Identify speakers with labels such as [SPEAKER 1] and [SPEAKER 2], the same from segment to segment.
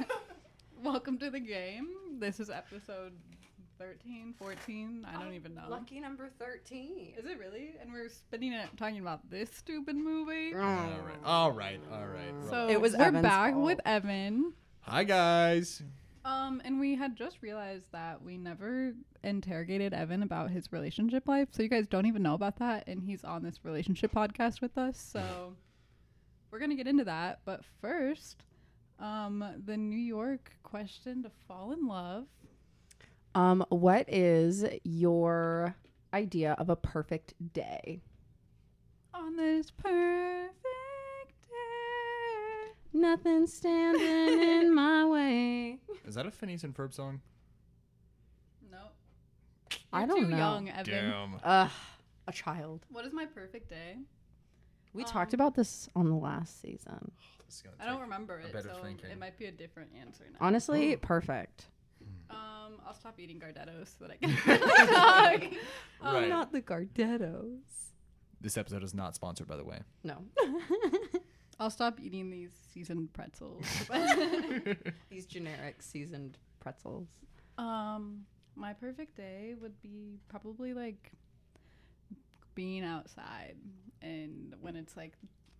[SPEAKER 1] Welcome to the game. This is episode 13, 14. I don't
[SPEAKER 2] Oh,
[SPEAKER 1] even know.
[SPEAKER 2] Lucky number 13.
[SPEAKER 1] Is it really? And we're spending it talking about this stupid movie.
[SPEAKER 3] All right. All right. All right.
[SPEAKER 1] So
[SPEAKER 2] It was
[SPEAKER 1] we're
[SPEAKER 2] Evan's
[SPEAKER 1] back
[SPEAKER 2] fault.
[SPEAKER 1] with Evan.
[SPEAKER 3] Hi guys.
[SPEAKER 1] Um, and we had just realized that we never interrogated Evan about his relationship life. So you guys don't even know about that. And he's on this relationship podcast with us. So we're going to get into that. But first, um, the New York question to fall in love.
[SPEAKER 2] Um, what is your idea of a perfect day?
[SPEAKER 1] On this perfect day.
[SPEAKER 2] Nothing standing in my way.
[SPEAKER 3] Is that a Phineas and Ferb song?
[SPEAKER 1] Nope.
[SPEAKER 2] I
[SPEAKER 1] You're
[SPEAKER 2] don't
[SPEAKER 1] too
[SPEAKER 2] know.
[SPEAKER 1] young, Evan.
[SPEAKER 2] Ugh, a child.
[SPEAKER 1] What is my perfect day?
[SPEAKER 2] We
[SPEAKER 1] Um,
[SPEAKER 2] talked about this on the last season.
[SPEAKER 3] This is gonna
[SPEAKER 1] I don't
[SPEAKER 3] take-
[SPEAKER 1] remember it,
[SPEAKER 3] better
[SPEAKER 1] so
[SPEAKER 3] thinking.
[SPEAKER 1] it might be a different answer now.
[SPEAKER 2] Honestly, perfect.
[SPEAKER 1] Um, I'll stop eating Gardettos so that I can talk. Um,
[SPEAKER 3] Right.
[SPEAKER 2] Not the Gardettos.
[SPEAKER 3] This episode is not sponsored, by the way.
[SPEAKER 2] No.
[SPEAKER 1] I'll stop eating these seasoned pretzels.
[SPEAKER 2] These generic seasoned pretzels.
[SPEAKER 1] um, my perfect day would be probably like being outside, and when it's like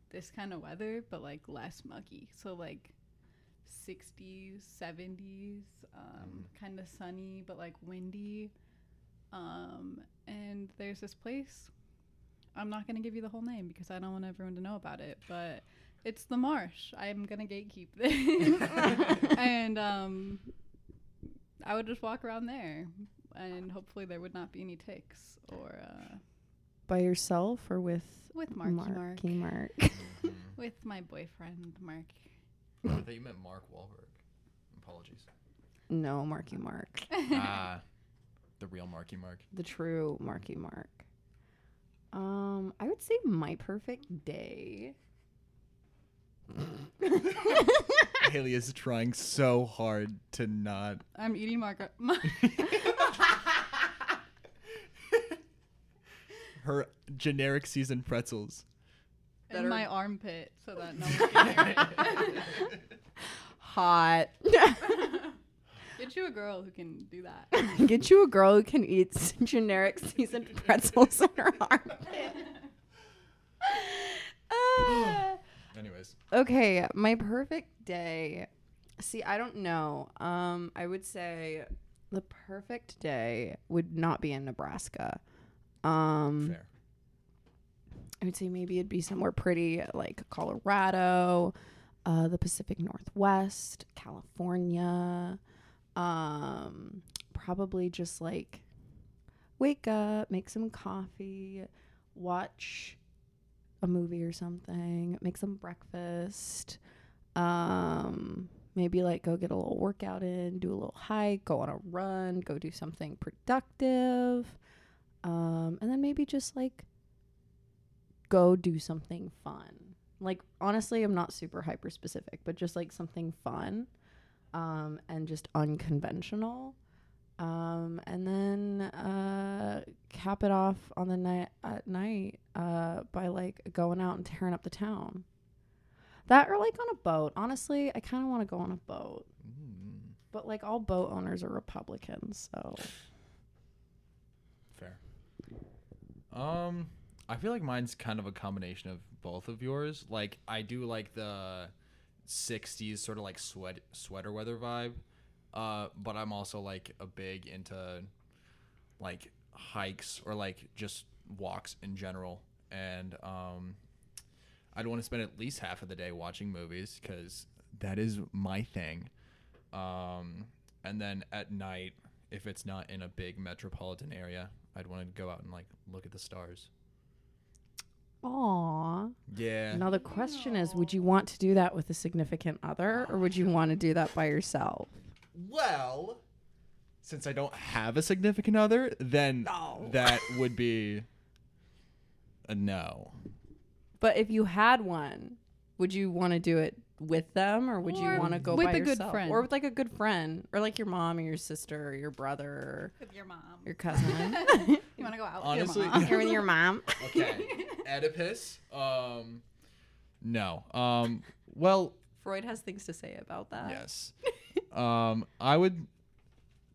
[SPEAKER 1] this kind of weather, but like less muggy. So like. 60s, 70s, um, kind of sunny but like windy. Um, and there's this place. I'm not going to give you the whole name because I don't want everyone to know about it, but it's the marsh. I'm going to gatekeep this. and um, I would just walk around there and hopefully there would not be any ticks or uh,
[SPEAKER 2] By yourself or with
[SPEAKER 1] with Marky Mark.
[SPEAKER 2] Marky Mark?
[SPEAKER 3] Mm-hmm.
[SPEAKER 1] With my boyfriend, Mark.
[SPEAKER 3] Oh, I thought you meant Mark Wahlberg. Apologies.
[SPEAKER 2] no, Marky Mark.
[SPEAKER 3] Ah, the real Marky Mark.
[SPEAKER 2] the true Marky Mark. Um, I would say my perfect day.
[SPEAKER 3] Haley is trying so hard to not.
[SPEAKER 1] I'm eating Mark. Mark.
[SPEAKER 3] Her generic seasoned pretzels.
[SPEAKER 1] in my armpit so that no one can hear it.
[SPEAKER 2] Hot.
[SPEAKER 1] Get you a girl who can do that.
[SPEAKER 2] Get you a girl who can eat s- generic seasoned pretzels in her armpit. Ah.
[SPEAKER 3] Anyways,
[SPEAKER 2] okay, my perfect day. See, I don't know. Um, I would say the perfect day would not be in Nebraska. Um,
[SPEAKER 3] fair.
[SPEAKER 2] I would say maybe it'd be somewhere pretty like Colorado, uh, the Pacific Northwest, California. Um, probably just like wake up, make some coffee, watch a movie or something, make some breakfast. Um, maybe like go get a little workout in, do a little hike, go on a run, go do something productive. Um, and then maybe just like go do something fun. Like honestly, I'm not super hyper specific, but just like something fun um, and just unconventional. Um, and then uh, cap it off on the night at night uh, by like going out and tearing up the town. That or like on a boat. Honestly, I kind of want to go on a boat,
[SPEAKER 3] Mm,
[SPEAKER 2] but like all boat owners are Republicans, so
[SPEAKER 3] fair. Um, I feel like mine's kind of a combination of both of yours. Like I do like the '60s sort of like sweat sweater weather vibe, uh, but I'm also like a big into like hikes or like just walks in general. And um, I'd want to spend at least half of the day watching movies because that is my thing. Um, and then at night, if it's not in a big metropolitan area, I'd want to go out and like look at the stars.
[SPEAKER 2] aw.
[SPEAKER 3] Yeah.
[SPEAKER 2] Now the question is, would you want to do that with a significant other, or would you want to do that by yourself?
[SPEAKER 3] Well, since I don't have a significant other, then that would be a no.
[SPEAKER 2] But if you had one, would you want to do it with them, or would
[SPEAKER 1] Or
[SPEAKER 2] you want to go
[SPEAKER 1] with
[SPEAKER 2] by
[SPEAKER 1] a good
[SPEAKER 2] yourself?
[SPEAKER 1] friend.
[SPEAKER 2] or with like a good friend, or like your mom or your sister or your brother
[SPEAKER 1] With your mom.
[SPEAKER 2] or your cousin,
[SPEAKER 1] You want to go out with your
[SPEAKER 3] Honestly-
[SPEAKER 1] mom?
[SPEAKER 2] or with your mom?
[SPEAKER 3] Okay. Oedipus. Um, no. Um, well,
[SPEAKER 2] Uh, Freud has things to say about that.
[SPEAKER 3] yes. Um, I would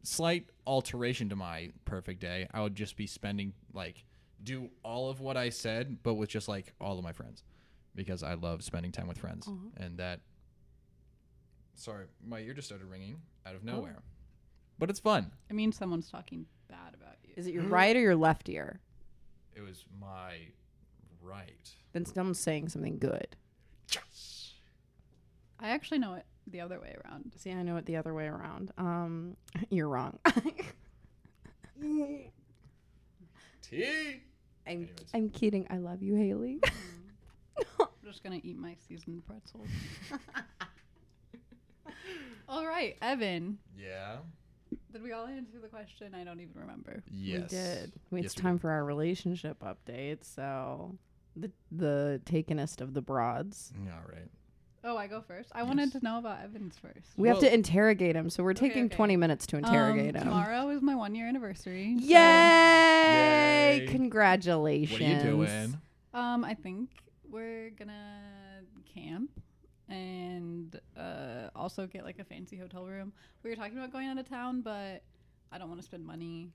[SPEAKER 3] slight alteration to my perfect day. I would just be spending like do all of what I said, but with just like all of my friends, because I love spending time with friends,
[SPEAKER 2] Aw.
[SPEAKER 3] and that. Sorry, my ear just started ringing out of nowhere, but it's fun.
[SPEAKER 1] I mean, someone's talking bad about you.
[SPEAKER 2] Is it your right or your left ear?
[SPEAKER 3] It was my right.
[SPEAKER 2] Then someone's saying something good.
[SPEAKER 1] I actually know it the other way around.
[SPEAKER 2] See, I know it the other way around. Um, you're wrong.
[SPEAKER 3] T.
[SPEAKER 2] I'm,
[SPEAKER 3] Anyways.
[SPEAKER 2] I'm kidding. I love you, Haley.
[SPEAKER 1] I'm just gonna eat my seasoned pretzels. all right, Evan.
[SPEAKER 3] Yeah.
[SPEAKER 1] Did we all answer the question? I don't even remember.
[SPEAKER 3] Yes.
[SPEAKER 2] We did. We- It's
[SPEAKER 3] Yes, we
[SPEAKER 2] time for our relationship update. So, the the takenest of the broads.
[SPEAKER 3] All right.
[SPEAKER 1] Oh, I go first. I wanted
[SPEAKER 3] Yes.
[SPEAKER 1] to know about Evan's first.
[SPEAKER 2] We have
[SPEAKER 3] Well-
[SPEAKER 2] to interrogate him. So we're
[SPEAKER 1] Okay,
[SPEAKER 2] taking
[SPEAKER 1] okay.
[SPEAKER 2] 20 minutes to
[SPEAKER 1] Um,
[SPEAKER 2] interrogate him.
[SPEAKER 1] Tomorrow is my one year anniversary. so,
[SPEAKER 2] Yay!
[SPEAKER 3] Yay.
[SPEAKER 2] Congratulations.
[SPEAKER 3] What are you doing?
[SPEAKER 1] um, I think we're gonna camp and uh, also get like a fancy hotel room. We were talking about going out of town, but I don't want to spend money.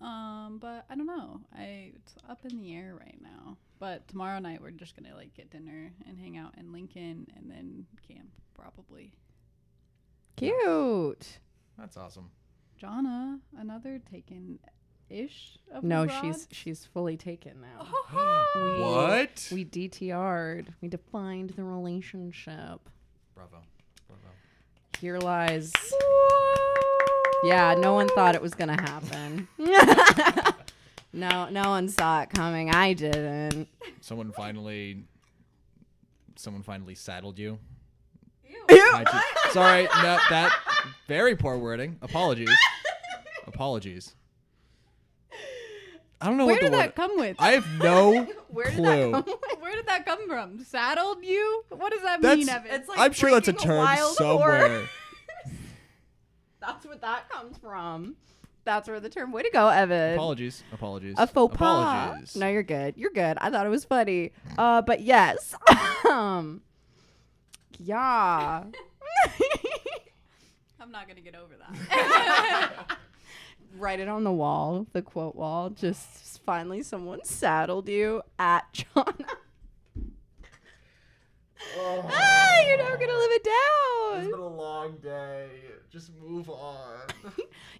[SPEAKER 1] Um, but I don't know. I it's up in the air right now. But tomorrow night we're just gonna like get dinner and hang out in Lincoln and then camp probably.
[SPEAKER 2] Cute.
[SPEAKER 3] That's awesome.
[SPEAKER 1] Jonna, another taken ish of the Oh.
[SPEAKER 2] No,
[SPEAKER 1] broad.
[SPEAKER 2] she's she's fully taken now. We-
[SPEAKER 3] what?
[SPEAKER 2] We DTR'd. We defined the relationship.
[SPEAKER 3] Bravo. Bravo.
[SPEAKER 2] Here lies. Yeah, no one thought it was gonna happen. no, no one saw it coming. I didn't.
[SPEAKER 3] Someone finally someone finally saddled you.
[SPEAKER 1] Ew.
[SPEAKER 3] I ju- Sorry, no that very poor wording. Apologies. Apologies. I don't know
[SPEAKER 1] Where
[SPEAKER 3] what the
[SPEAKER 1] did
[SPEAKER 3] word
[SPEAKER 1] that come with?
[SPEAKER 3] I have no
[SPEAKER 2] Where did that
[SPEAKER 3] clue.
[SPEAKER 2] come
[SPEAKER 1] Where did that come from? Saddled you? What does that
[SPEAKER 3] That's-
[SPEAKER 1] mean, Evan?
[SPEAKER 2] It's like
[SPEAKER 3] I'm sure that's a
[SPEAKER 2] freaking
[SPEAKER 3] term
[SPEAKER 2] wild
[SPEAKER 3] somewhere.
[SPEAKER 2] horse. That's what that comes from. That's where the term way to go, Evan.
[SPEAKER 3] Apologies. Apologies.
[SPEAKER 2] A faux pas.
[SPEAKER 3] Apologies.
[SPEAKER 2] No, you're good. You're good. I thought it was funny. Uh, but yes. um, yeah.
[SPEAKER 1] I'm not gonna get over that.
[SPEAKER 2] Write it on the wall, the quote wall. Just finally, someone saddled you at John. ah, you're never gonna live it down.
[SPEAKER 3] Oh, a long day. Just move on.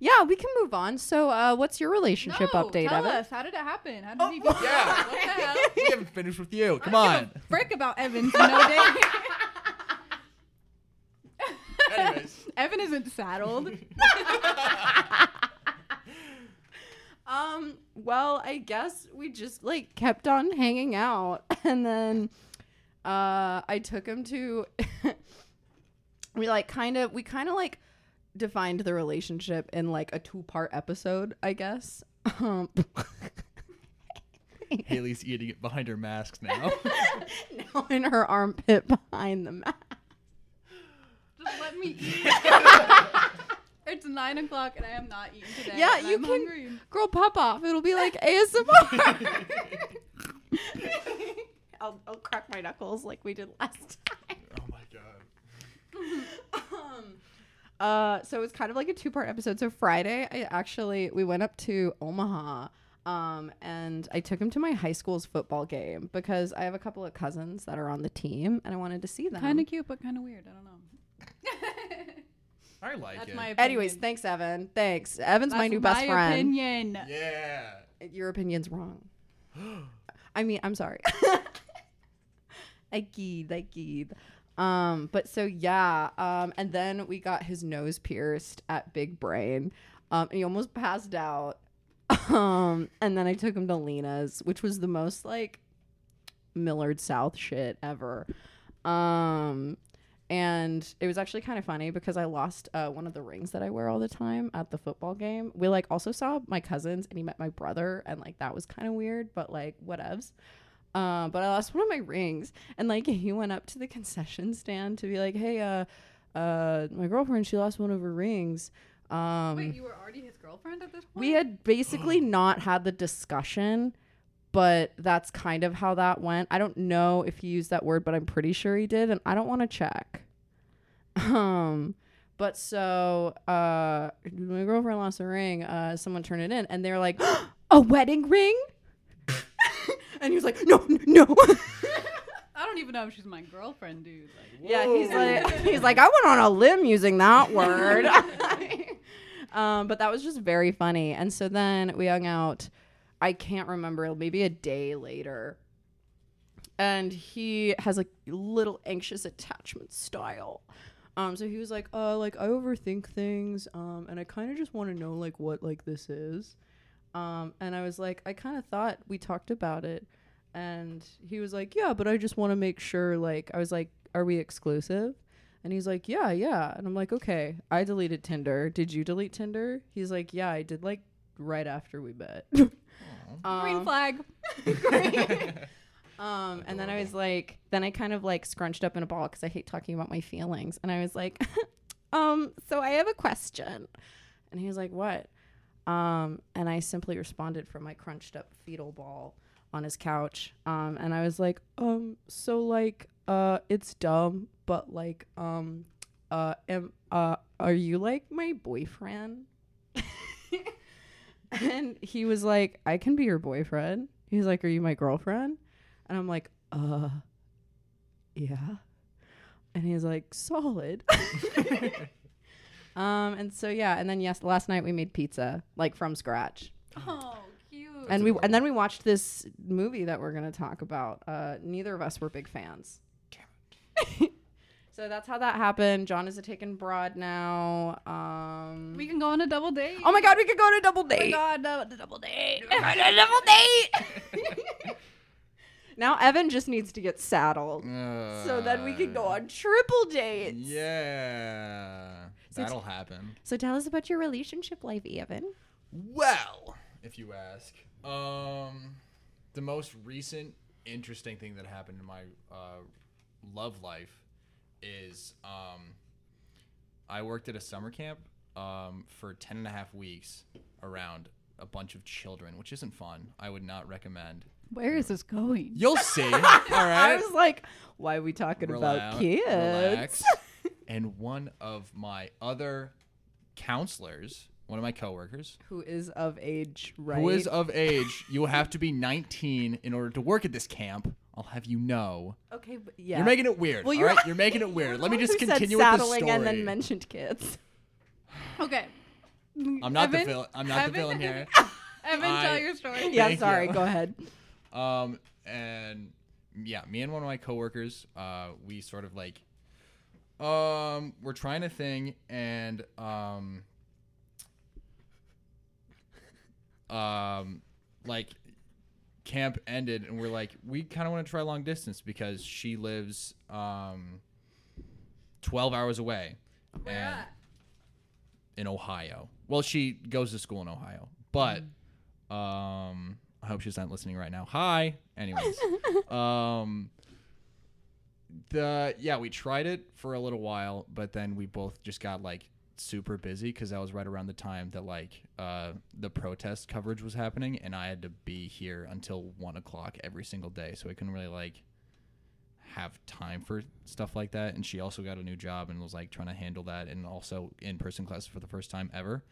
[SPEAKER 2] Yeah, we can move on. So, uh, what's your
[SPEAKER 1] no,
[SPEAKER 2] relationship update,
[SPEAKER 1] tell
[SPEAKER 2] Evan?
[SPEAKER 1] us. How did it happen? How did he get
[SPEAKER 3] yeah.
[SPEAKER 1] Oh, What the hell?
[SPEAKER 3] we haven't finished with you. Come
[SPEAKER 1] I don't
[SPEAKER 3] on.
[SPEAKER 1] give a Frick about Evan. You know, Dave.
[SPEAKER 3] Anyways.
[SPEAKER 1] Evan isn't saddled.
[SPEAKER 2] Um, well, I guess we just like kept on hanging out and then uh I took him to we like kind of we kind of like defined the relationship in like a two-part episode, I guess. Um
[SPEAKER 3] Haley's eating it behind her mask now. Oh
[SPEAKER 2] now in her armpit behind the mat.
[SPEAKER 1] Just let me eat. it's nine o'clock and I am not eating today.
[SPEAKER 2] Yeah,
[SPEAKER 1] and
[SPEAKER 2] you
[SPEAKER 1] I'm
[SPEAKER 2] can-
[SPEAKER 1] Hungry.
[SPEAKER 2] Girl pop off. It'll be like ASMR. I'll, I'll crack my knuckles like we did last time.
[SPEAKER 3] oh my god.
[SPEAKER 2] um, uh, so it was kind of like a two part episode. So Friday, I actually we went up to Omaha. Um, and I took him to my high school's football game because I have a couple of cousins that are on the team and I wanted to see them.
[SPEAKER 1] Kind of cute, but kind of weird. I don't know.
[SPEAKER 3] I like
[SPEAKER 1] That's
[SPEAKER 3] it.
[SPEAKER 1] my opinion.
[SPEAKER 2] Anyways, thanks, Evan. Thanks. Evan's my
[SPEAKER 1] That's
[SPEAKER 2] new best friend.
[SPEAKER 1] Opinion.
[SPEAKER 3] yeah.
[SPEAKER 2] Your opinion's wrong. I mean, I'm sorry. I geed, I geed. Um, but so yeah, um, and then we got his nose pierced at Big Brain. Um, and he almost passed out. Um, and then I took him to Lena's, which was the most like Millard South shit ever. Um, and it was actually kind of funny because I lost uh, one of the rings that I wear all the time at the football game. We like also saw my cousins and he met my brother, and like that was kind of weird, but like whatevs. Uh, but I lost one of my rings, and like he went up to the concession stand to be like, "Hey, uh, uh, my girlfriend, she lost one of her rings." Um,
[SPEAKER 1] Wait, you were already his girlfriend at this point?
[SPEAKER 2] we had basically not had the discussion, but that's kind of how that went. I don't know if he used that word, but I'm pretty sure he did, and I don't want to check. Um, But so uh, my girlfriend lost a ring. Uh, someone turned it in, and they're like, a wedding ring. and he was like, no, n- no.
[SPEAKER 1] I don't even know if she's my girlfriend, dude. Like,
[SPEAKER 2] yeah, he's like, he's like, I went on a limb using that word. um, but that was just very funny. And so then we hung out. I can't remember. Maybe a day later. And he has like little anxious attachment style. Um, so he was like, "Uh, like I overthink things, um, and I kind of just want to know like what like this is." Um, and I was like, "I kind of thought we talked about it," and he was like, "Yeah, but I just want to make sure." Like, I was like, "Are we exclusive?" And he's like, "Yeah, yeah," and I'm like, "Okay." I deleted Tinder. Did you delete Tinder? He's like, "Yeah, I did like right after we met."
[SPEAKER 1] green flag.
[SPEAKER 2] Um, and then I was like, then I kind of like scrunched up in a ball because I hate talking about my feelings. And I was like, um, so I have a question. And he was like, what? Um, and I simply responded from my crunched up fetal ball on his couch. Um, and I was like, um, so like, uh, it's dumb, but like, um, uh, am, uh, are you like my boyfriend? and he was like, I can be your boyfriend. He's like, Are you my girlfriend? And I'm like, Uh, yeah. And he's like, Solid. um, and so yeah, and then yes, last night we made pizza like from scratch,
[SPEAKER 1] Oh, cute.
[SPEAKER 2] and we and then we watched this movie that we're gonna talk about. Uh, neither of us were big fans. so that's how that happened. John is a taken broad now. Um,
[SPEAKER 1] we can go on a double date.
[SPEAKER 2] oh my god, we could go on a double
[SPEAKER 1] my
[SPEAKER 2] date.
[SPEAKER 1] god, no, the double date.
[SPEAKER 2] Now Evan just needs to get saddled. So then we can go on triple dates.
[SPEAKER 3] Uh, Yeah.
[SPEAKER 2] So it's-
[SPEAKER 3] That'll happen.
[SPEAKER 2] So tell us about your relationship life, Evan.
[SPEAKER 3] Well, if you ask, um, the most recent interesting thing that happened in my uh, love life is um, I worked at a summer camp um, for 10 and a half weeks around a bunch of children, which isn't fun. I would not recommend.
[SPEAKER 1] Where is this going?
[SPEAKER 3] You'll see. All right.
[SPEAKER 2] I was like, why are we talking
[SPEAKER 3] Relax-
[SPEAKER 2] about kids?
[SPEAKER 3] relax. and one of my other counselors, one of my coworkers,
[SPEAKER 2] Who is of age, right?
[SPEAKER 3] who is of age, you will have to be 19 in order to work at this camp. I'll have you know.
[SPEAKER 2] okay, but yeah.
[SPEAKER 3] You're making it weird.
[SPEAKER 2] Well,
[SPEAKER 3] all
[SPEAKER 2] you're-
[SPEAKER 3] right? You're making it weird. Let me
[SPEAKER 2] Who
[SPEAKER 3] just
[SPEAKER 2] said
[SPEAKER 3] continue with the
[SPEAKER 2] saddling
[SPEAKER 3] story.
[SPEAKER 2] and then mentioned kids.
[SPEAKER 1] Okay.
[SPEAKER 3] I'm not the
[SPEAKER 1] Evan?
[SPEAKER 3] villain. I'm not the
[SPEAKER 1] Evan?
[SPEAKER 3] villain here.
[SPEAKER 1] Evan,
[SPEAKER 3] I-
[SPEAKER 1] tell your story.
[SPEAKER 2] Yeah,
[SPEAKER 3] Thank
[SPEAKER 2] sorry.
[SPEAKER 3] you.
[SPEAKER 2] Go ahead.
[SPEAKER 3] Um, and yeah, me and one of my coworkers, uh, we sort of like, um, we're trying a thing, and um, um, like camp ended, and we're like, we kind of want to try long distance because she lives um, twelve hours away,
[SPEAKER 1] Where
[SPEAKER 3] and-
[SPEAKER 1] at?
[SPEAKER 3] in Ohio. Well, she goes to school in Ohio,
[SPEAKER 1] Mm.
[SPEAKER 3] but um, I hope she's not listening right now. Hi, anyways. um, the yeah, we tried it for a little while, but then we both just got like super busy because that was right around the time that like uh, the protest coverage was happening, and I had to be here until one o'clock every single day, so I couldn't really like have time for stuff like that. And she also got a new job and was like trying to handle that and also in person classes for the first time ever.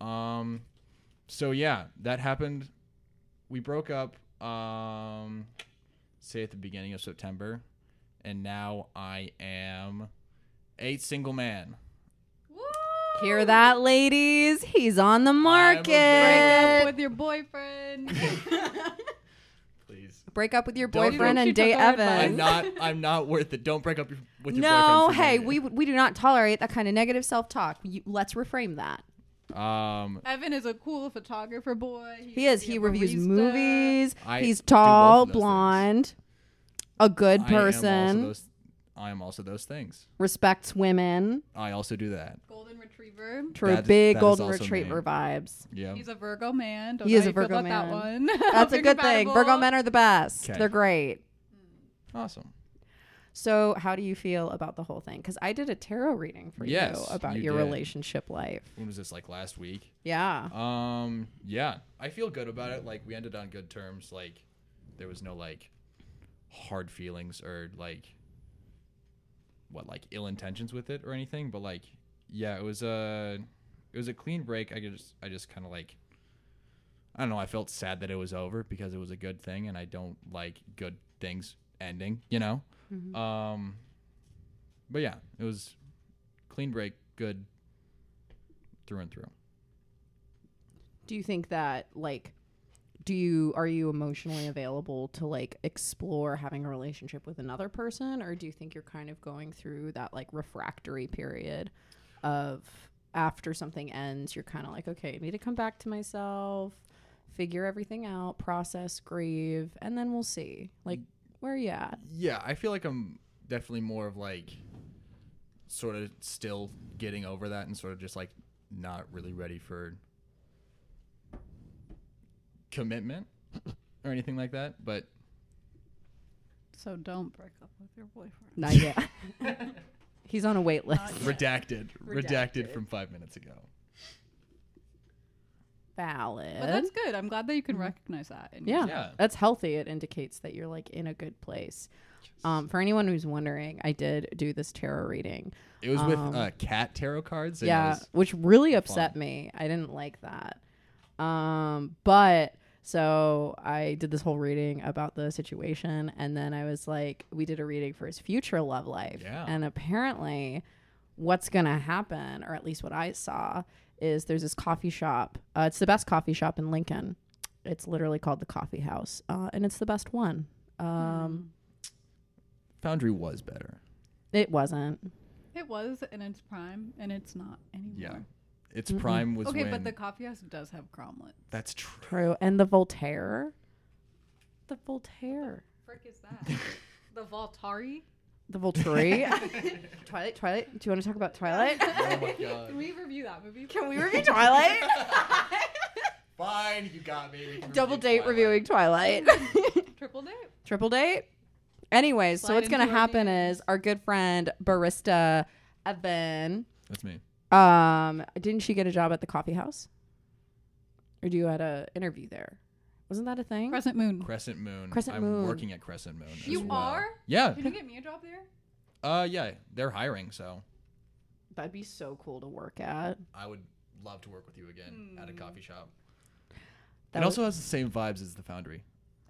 [SPEAKER 3] Um, so yeah, that happened. We broke up, um, say at the beginning of September. And now I am a single man.
[SPEAKER 1] Woo!
[SPEAKER 2] Hear that, ladies? He's on the market.
[SPEAKER 3] market.
[SPEAKER 1] with your boyfriend.
[SPEAKER 3] Please.
[SPEAKER 2] Break up with your
[SPEAKER 3] Don't-
[SPEAKER 2] boyfriend
[SPEAKER 1] She
[SPEAKER 2] and
[SPEAKER 1] took
[SPEAKER 2] date
[SPEAKER 1] our
[SPEAKER 2] Evan.
[SPEAKER 1] advice.
[SPEAKER 3] I'm not. I'm not worth it. Don't break up your- with your
[SPEAKER 2] no,
[SPEAKER 3] boyfriend. for
[SPEAKER 2] hey,
[SPEAKER 3] me.
[SPEAKER 2] we we do not tolerate that kind of negative self talk. Let's reframe that.
[SPEAKER 3] Um,
[SPEAKER 1] Evan is a cool photographer boy.
[SPEAKER 2] He is. He
[SPEAKER 1] a
[SPEAKER 2] reviews
[SPEAKER 1] barista.
[SPEAKER 2] movies.
[SPEAKER 3] I
[SPEAKER 2] He's
[SPEAKER 3] do both of
[SPEAKER 2] tall,
[SPEAKER 3] those things.
[SPEAKER 2] blonde, a good
[SPEAKER 3] I am also
[SPEAKER 2] person,
[SPEAKER 3] those. I am also those things.
[SPEAKER 2] respects women.
[SPEAKER 3] I also do that.
[SPEAKER 1] Golden retriever.
[SPEAKER 2] True,
[SPEAKER 3] That-
[SPEAKER 2] big
[SPEAKER 3] that is
[SPEAKER 2] golden
[SPEAKER 3] also
[SPEAKER 2] retriever
[SPEAKER 3] me.
[SPEAKER 2] vibes.
[SPEAKER 3] Yeah.
[SPEAKER 1] He's a Virgo man. Don't
[SPEAKER 2] He
[SPEAKER 1] know
[SPEAKER 2] is
[SPEAKER 1] how
[SPEAKER 2] a
[SPEAKER 1] you feel
[SPEAKER 2] Virgo
[SPEAKER 1] about that one.
[SPEAKER 2] man. That's a
[SPEAKER 1] Hope
[SPEAKER 2] good
[SPEAKER 1] you're
[SPEAKER 2] thing.
[SPEAKER 1] compatible.
[SPEAKER 2] Virgo men are the best.
[SPEAKER 3] 'Kay.
[SPEAKER 2] They're great.
[SPEAKER 3] Awesome.
[SPEAKER 2] So, how do you feel about the whole thing? Because I did a tarot reading for
[SPEAKER 3] Yes,
[SPEAKER 2] you about
[SPEAKER 3] you
[SPEAKER 2] your
[SPEAKER 3] did.
[SPEAKER 2] relationship life.
[SPEAKER 3] When was this? Like last week.
[SPEAKER 2] Yeah.
[SPEAKER 3] Um. Yeah. I feel good about it. Like we ended on good terms. Like there was no like hard feelings or like what like ill intentions with it or anything. But like yeah, it was a it was a clean break. I just I just kind of like I don't know. I felt sad that it was over because it was a good thing, and I don't like good things ending. You know. Um, but yeah, it was clean break, good through and through.
[SPEAKER 2] do you think that like do you are you emotionally available to like explore having a relationship with another person or do you think you're kind of going through that like refractory period of after something ends you're kind of like okay i need to come back to myself figure everything out process grieve and then we'll see like where are you at
[SPEAKER 3] Yeah, I feel like I'm definitely more of like sort of still getting over that and sort of just like not really ready for commitment or anything like that. But
[SPEAKER 1] So don't break up with your boyfriend.
[SPEAKER 2] not yet he's on a wait list
[SPEAKER 1] Not yet.
[SPEAKER 3] redacted, redacted,
[SPEAKER 2] Redacted.
[SPEAKER 3] from five minutes ago.
[SPEAKER 2] valid
[SPEAKER 1] But that's good. I'm glad that you can recognize that. in
[SPEAKER 2] Mm-hmm. Yeah,
[SPEAKER 3] Yeah.
[SPEAKER 2] that's healthy. It indicates that you're like in a good place. Um, for anyone who's wondering, I did do this tarot reading.
[SPEAKER 3] It was with
[SPEAKER 2] Um,
[SPEAKER 3] uh, cat tarot cards. And
[SPEAKER 2] yeah,
[SPEAKER 3] yeah. Was,
[SPEAKER 2] which really upset
[SPEAKER 3] fun.
[SPEAKER 2] me. I didn't like that. Um, but so I did this whole reading about the situation, and then I was like, we did a reading for his future love life,
[SPEAKER 3] Yeah.
[SPEAKER 2] and apparently, what's gonna happen, or at least what I saw, is there's this coffee shop. Uh, it's the best coffee shop in Lincoln. It's literally called the Coffee House, uh, and it's the best one. Um,
[SPEAKER 3] Foundry was better.
[SPEAKER 2] It wasn't.
[SPEAKER 1] It was in its prime, and it's not anymore.
[SPEAKER 3] Yeah. Its prime was
[SPEAKER 1] okay,
[SPEAKER 3] when.
[SPEAKER 1] but the coffee house does have cromlets.
[SPEAKER 3] that's true.
[SPEAKER 2] True. And the Voltaire. The Voltaire.
[SPEAKER 1] frick is that? the Voltari?
[SPEAKER 2] The Volturi. Twilight, Twilight. Do you want to talk about Twilight?
[SPEAKER 3] Oh my god.
[SPEAKER 1] Can we review that movie?
[SPEAKER 2] Can we review Twilight?
[SPEAKER 3] Fine, you got me.
[SPEAKER 2] Double date reviewing Twilight.
[SPEAKER 1] Triple date?
[SPEAKER 2] Triple date? Anyways, so
[SPEAKER 1] Slide
[SPEAKER 2] what's going to
[SPEAKER 1] into our
[SPEAKER 2] happen is our good friend, barista Evan,
[SPEAKER 3] That's me.
[SPEAKER 2] um, didn't she get a job at the coffee house? Or do you had a interview there? Wasn't that a thing?
[SPEAKER 1] Crescent Moon.
[SPEAKER 3] Crescent Moon.
[SPEAKER 2] Crescent
[SPEAKER 3] I'm
[SPEAKER 2] Moon.
[SPEAKER 3] working at Crescent Moon. as
[SPEAKER 1] You
[SPEAKER 3] well.
[SPEAKER 1] are?
[SPEAKER 3] Yeah.
[SPEAKER 1] Can you get me a job there?
[SPEAKER 3] Uh, yeah. They're hiring, so
[SPEAKER 2] That'd be so cool to work at.
[SPEAKER 3] I would love to work with you again at a coffee shop.
[SPEAKER 2] Hmm. That
[SPEAKER 3] it
[SPEAKER 2] was-
[SPEAKER 3] also has the same vibes as the Foundry,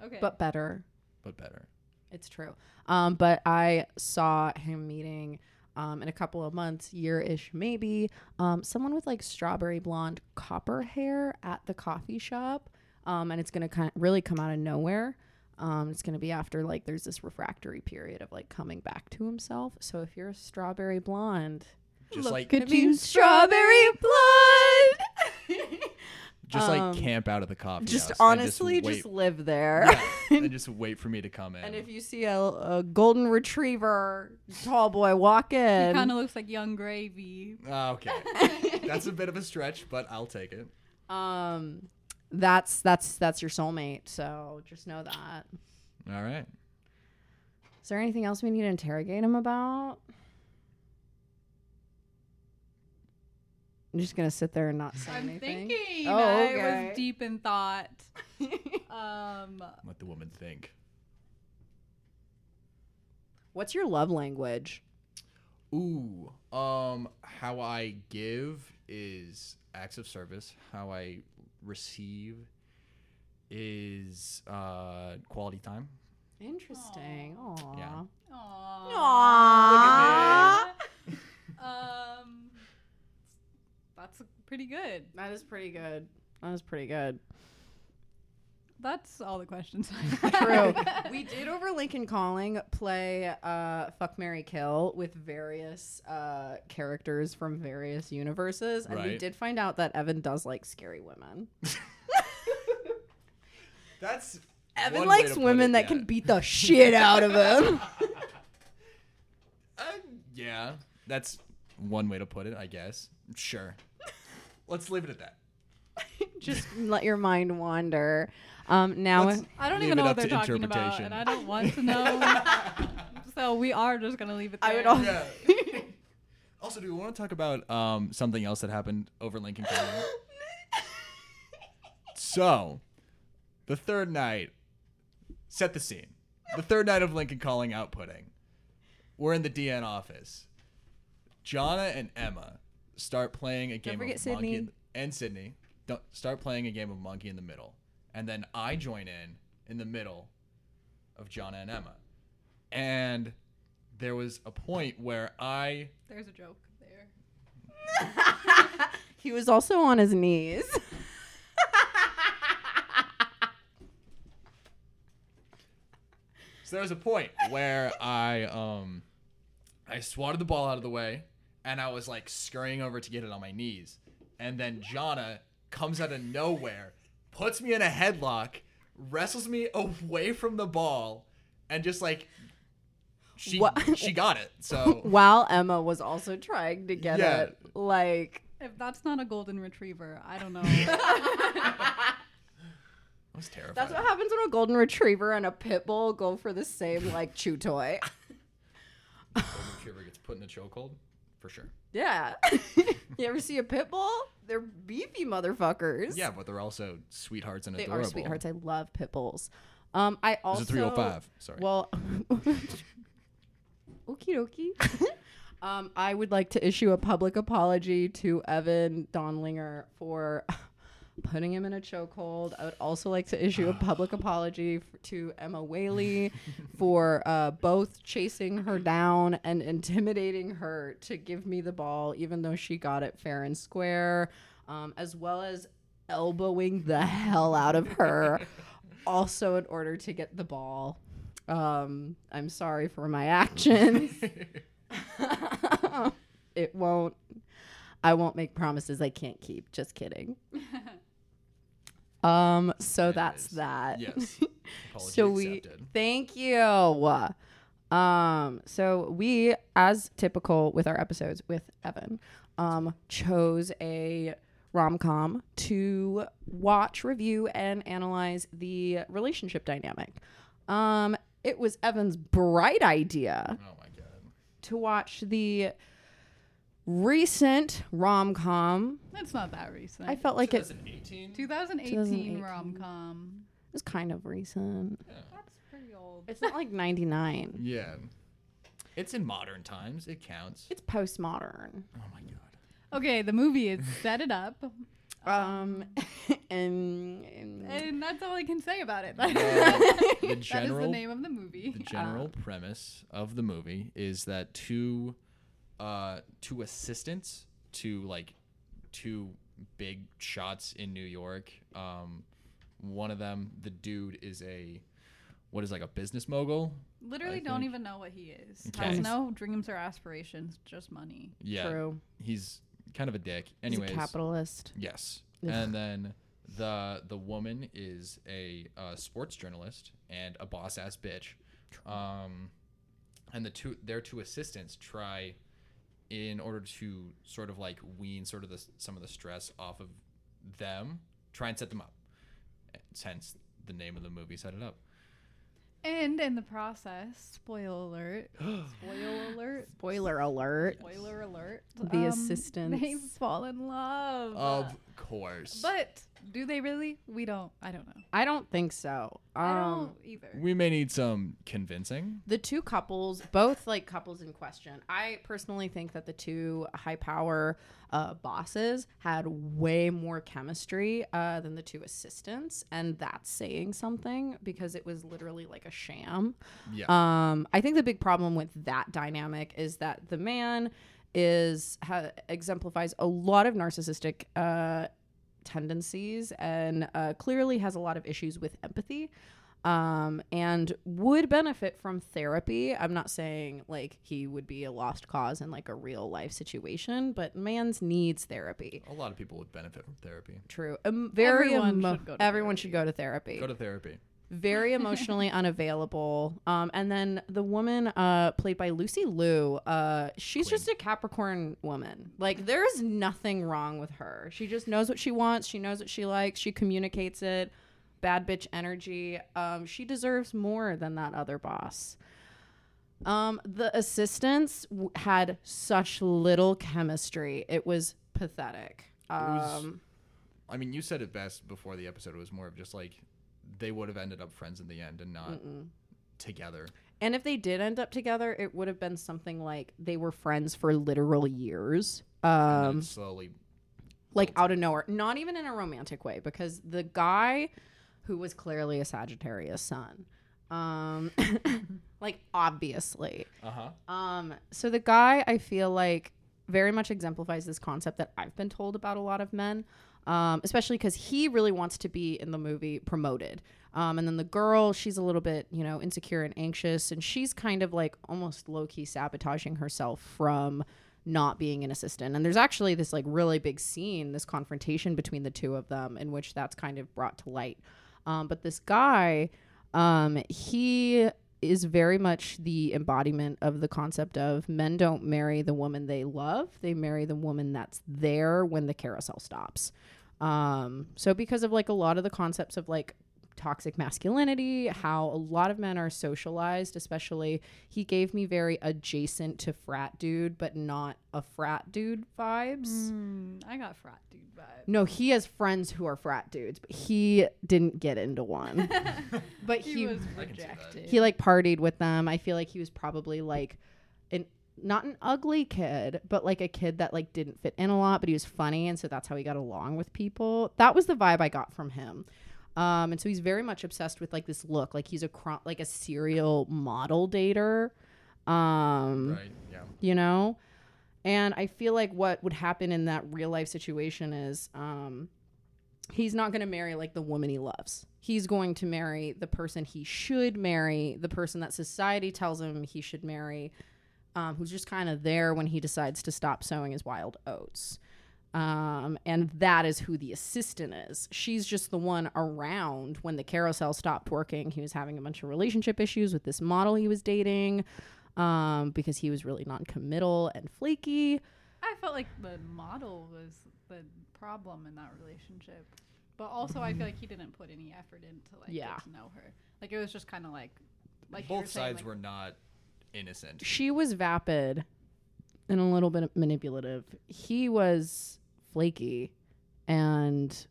[SPEAKER 1] Okay.
[SPEAKER 2] but better.
[SPEAKER 3] but better.
[SPEAKER 2] It's true. Um, but I saw him meeting um, in a couple of months, year ish maybe, um, someone with like strawberry blonde copper hair at the coffee shop. Um, and it's going to kind of really come out of nowhere. Um, it's going to be after like there's this refractory period of like coming back to himself. So if you're a strawberry blonde,
[SPEAKER 3] Just
[SPEAKER 1] Look
[SPEAKER 3] like
[SPEAKER 1] at you,
[SPEAKER 2] strawberry blonde.
[SPEAKER 3] just
[SPEAKER 2] um,
[SPEAKER 3] like camp out of the coffee.
[SPEAKER 2] just
[SPEAKER 3] house and
[SPEAKER 2] honestly, just,
[SPEAKER 3] wait-
[SPEAKER 2] live there.
[SPEAKER 3] and just wait for me to come in.
[SPEAKER 2] And if you see a, a golden retriever tall boy walk in,
[SPEAKER 1] he kind of looks like Young Gravy.
[SPEAKER 3] Ah, okay, that's a bit of a stretch, but I'll take it.
[SPEAKER 2] um, that's that's that's your soulmate. So just know that.
[SPEAKER 3] All right.
[SPEAKER 2] Is there anything else we need to interrogate him about? I'm just gonna sit there and not say
[SPEAKER 1] I'm
[SPEAKER 2] anything.
[SPEAKER 1] thinking.
[SPEAKER 2] Oh,
[SPEAKER 1] I
[SPEAKER 2] okay.
[SPEAKER 1] was deep in thought. um,
[SPEAKER 3] Let the woman think.
[SPEAKER 2] What's your love language?
[SPEAKER 3] Ooh, um, how I give is acts of service. How I receive is uh quality time.
[SPEAKER 2] Interesting. Aww.
[SPEAKER 3] Yeah.
[SPEAKER 1] aw.
[SPEAKER 2] Aww.
[SPEAKER 1] Um, that's pretty good.
[SPEAKER 2] That is pretty good. That is pretty good.
[SPEAKER 1] That's all the questions I
[SPEAKER 2] True. we did over Lincoln Calling play uh, Fuck Mary Kill with various uh, characters from various universes, and we
[SPEAKER 3] Right.
[SPEAKER 2] did find out that Evan does like scary women.
[SPEAKER 3] That's
[SPEAKER 2] Evan
[SPEAKER 3] one way
[SPEAKER 2] likes
[SPEAKER 3] to put
[SPEAKER 2] women
[SPEAKER 3] it,
[SPEAKER 2] that
[SPEAKER 3] yeah.
[SPEAKER 2] can beat the shit out of him.
[SPEAKER 3] Uh, yeah, that's one way to put it, I guess. Sure. Let's leave it at that.
[SPEAKER 2] Just let your mind wander. Um, now,
[SPEAKER 3] Let's-
[SPEAKER 1] I don't
[SPEAKER 3] Leave
[SPEAKER 1] even know
[SPEAKER 3] it
[SPEAKER 1] what
[SPEAKER 3] up
[SPEAKER 1] they're
[SPEAKER 3] to
[SPEAKER 1] talking about,
[SPEAKER 3] interpretation.
[SPEAKER 1] and I don't want to know. so we are just gonna leave it. There.
[SPEAKER 2] I would also-
[SPEAKER 3] Yeah. also, do we want to talk about um, something else that happened over Lincoln County? so, the third night, set the scene. The third night of Lincoln calling outputting. We're in the DN office. Jonna and Emma start playing a game
[SPEAKER 2] forget
[SPEAKER 3] of monkey in-
[SPEAKER 2] Sydney.
[SPEAKER 3] and Sydney. Don't start playing a game of monkey in the middle, and then I join in in the middle of John and Emma. And there was a point where I
[SPEAKER 1] There's a joke there.
[SPEAKER 2] He was also on his knees.
[SPEAKER 3] so there was a point where I um I swatted the ball out of the way and I was like scurrying over to get it on my knees. And then Jonna comes out of nowhere, puts me in a headlock, wrestles me away from the ball, and just like she
[SPEAKER 2] What?
[SPEAKER 3] she got it. So
[SPEAKER 2] While Emma was also trying to get
[SPEAKER 3] Yeah.
[SPEAKER 2] it. Like
[SPEAKER 1] If that's not a golden retriever, I don't know.
[SPEAKER 3] I was terrified.
[SPEAKER 2] that's what happens when a golden retriever and a pit bull go for the same like chew toy.
[SPEAKER 3] Golden retriever gets put in a chokehold for sure.
[SPEAKER 2] Yeah. you ever see a pit bull? They're beefy motherfuckers.
[SPEAKER 3] Yeah, but they're also sweethearts and
[SPEAKER 2] They
[SPEAKER 3] adorable.
[SPEAKER 2] are sweethearts. I love pit bulls. Um, I also
[SPEAKER 3] This is 305. Sorry.
[SPEAKER 2] Well, okie dokie. um, I would like to issue a public apology to Evan Donlinger for putting him in a chokehold. I would also like to issue a public apology f- to Emma Whaley for uh, both chasing her down and intimidating her to give me the ball, even though she got it fair and square, um, as well as elbowing the hell out of her. Also, in order to get the ball, um, I'm sorry for my actions. it won't. I won't make promises I can't keep. Just kidding. um. So that's
[SPEAKER 3] Anyways,
[SPEAKER 2] that.
[SPEAKER 3] yes. Apology
[SPEAKER 2] so we
[SPEAKER 3] accepted.
[SPEAKER 2] thank you. Um. So we, as typical with our episodes with Evan, um, chose a rom com to watch, review, and analyze the relationship dynamic. Um. It was Evan's bright idea
[SPEAKER 3] Oh my god.
[SPEAKER 2] to watch the recent rom com.
[SPEAKER 1] That's not that recent.
[SPEAKER 2] I felt like it
[SPEAKER 3] 2018.
[SPEAKER 1] 2018 rom com.
[SPEAKER 2] was kind of recent.
[SPEAKER 1] That's pretty old.
[SPEAKER 2] It's not like 99,
[SPEAKER 3] Yeah. It's in modern times. It counts.
[SPEAKER 2] it's postmodern.
[SPEAKER 3] Oh my god.
[SPEAKER 1] Okay, the movie is set it up,
[SPEAKER 2] Um, and, and
[SPEAKER 1] and that's all I can say about it.
[SPEAKER 3] the
[SPEAKER 1] that is the
[SPEAKER 3] general the,
[SPEAKER 1] name of the movie.
[SPEAKER 3] general premise of the movie is that two uh two assistants to like two big shots in New York. Um one of them, the dude is a what is like a business mogul?
[SPEAKER 1] Literally,
[SPEAKER 3] I
[SPEAKER 1] don't
[SPEAKER 3] think-
[SPEAKER 1] even know what he is.
[SPEAKER 3] Okay.
[SPEAKER 1] Has no dreams or aspirations, just money.
[SPEAKER 3] Yeah.
[SPEAKER 2] true.
[SPEAKER 3] He's kind of a dick.
[SPEAKER 2] He's
[SPEAKER 3] Anyways.
[SPEAKER 2] a capitalist.
[SPEAKER 3] Yes.
[SPEAKER 2] Ugh.
[SPEAKER 3] And then the the woman is a uh, sports journalist and a boss ass bitch. Um, and the two their two assistants try, in order to sort of like wean sort of the some of the stress off of them, try and set them up. Hence the name of the movie, set it up.
[SPEAKER 1] And in the process, spoiler alert, spoiler alert,
[SPEAKER 2] Spoiler alert.
[SPEAKER 1] spoiler alert. um,
[SPEAKER 2] The assistants.
[SPEAKER 1] They fall in love.
[SPEAKER 3] Of course.
[SPEAKER 1] but do they really? We don't. I don't know.
[SPEAKER 2] I don't think so. Um,
[SPEAKER 1] I don't either.
[SPEAKER 3] we may need some convincing.
[SPEAKER 2] the two couples, both like couples in question, I personally think that the two high power uh, bosses had way more chemistry uh, than the two assistants. And that's saying something because it was literally like a sham.
[SPEAKER 3] Yeah.
[SPEAKER 2] Um, I think the big problem with that dynamic is that the man is ha- exemplifies a lot of narcissistic uh, tendencies and uh, clearly has a lot of issues with empathy um, and would benefit from therapy. I'm not saying like he would be a lost cause in like a real life situation, but man's needs therapy.
[SPEAKER 3] a lot of people would benefit from therapy.
[SPEAKER 2] True. Um, very
[SPEAKER 1] Everyone
[SPEAKER 2] emo-
[SPEAKER 1] should go to
[SPEAKER 2] everyone should go to therapy
[SPEAKER 3] Go to therapy.
[SPEAKER 2] very emotionally unavailable. Um, and then the woman uh, played by Lucy Liu, uh, she's just a Capricorn woman. Like, there's nothing wrong with her. She just knows what she wants, she knows what she likes, she communicates it. Bad bitch energy. Um, she deserves more than that other boss. Um, the assistants w- had such little chemistry. It was pathetic.
[SPEAKER 3] was-
[SPEAKER 2] Um,
[SPEAKER 3] I mean, you said it best before the episode. It was more of just like they would have ended up friends in the end and not together.
[SPEAKER 2] And if they did end up together, it would have been something like they were friends for literal years.
[SPEAKER 3] and then
[SPEAKER 2] Um,
[SPEAKER 3] slowly
[SPEAKER 2] like out of nowhere, not even in a romantic way, because the guy who was clearly a Sagittarius sun, um, like obviously,
[SPEAKER 3] uh huh.
[SPEAKER 2] um, so the guy I feel like very much exemplifies this concept that I've been told about a lot of men, um, especially because he really wants to be in the movie promoted. Um, and then the girl, she's a little bit, you know, insecure and anxious, and she's kind of like almost low key sabotaging herself from not being an assistant. And there's actually this like really big scene, this confrontation between the two of them, in which that's kind of brought to light. Um, but this guy, um, he is very much the embodiment of the concept of men don't marry the woman they love, they marry the woman that's there when the carousel stops. Um, so, because of like a lot of the concepts of like toxic masculinity, how a lot of men are socialized, especially, he gave me very adjacent to frat dude, but not a frat dude vibes.
[SPEAKER 1] Mm, I got frat dude vibe.
[SPEAKER 2] No, he has friends who are frat dudes, but he didn't get into one. but
[SPEAKER 1] He,
[SPEAKER 2] he,
[SPEAKER 1] was
[SPEAKER 3] I can see that.
[SPEAKER 1] rejected.
[SPEAKER 2] he like partied with them. I feel like he was probably like an not an ugly kid, but like a kid that like didn't fit in a lot, but he was funny and so that's how he got along with people. That was the vibe I got from him. Um and so he's very much obsessed with like this look, like he's a cro- like a serial model dater. Um
[SPEAKER 3] Right. Yeah.
[SPEAKER 2] you know and i feel like what would happen in that real life situation is um he's not going to marry like the woman he loves he's going to marry the person he should marry the person that society tells him he should marry um, who's just kind of there when he decides to stop sowing his wild oats um, and that is who the assistant is. She's just the one around when the carousel stopped working. He was having a bunch of relationship issues with this model he was dating um, because he was really non-committal and flaky.
[SPEAKER 1] I felt like the model was the problem in that relationship, but also I feel like he didn't put any effort into like
[SPEAKER 2] Yeah.
[SPEAKER 1] get to know her. Like it was just kind of like like you were
[SPEAKER 3] Both
[SPEAKER 1] saying,
[SPEAKER 3] sides
[SPEAKER 1] like,
[SPEAKER 3] were not innocent.
[SPEAKER 2] She was vapid and a little bit manipulative. He was flaky and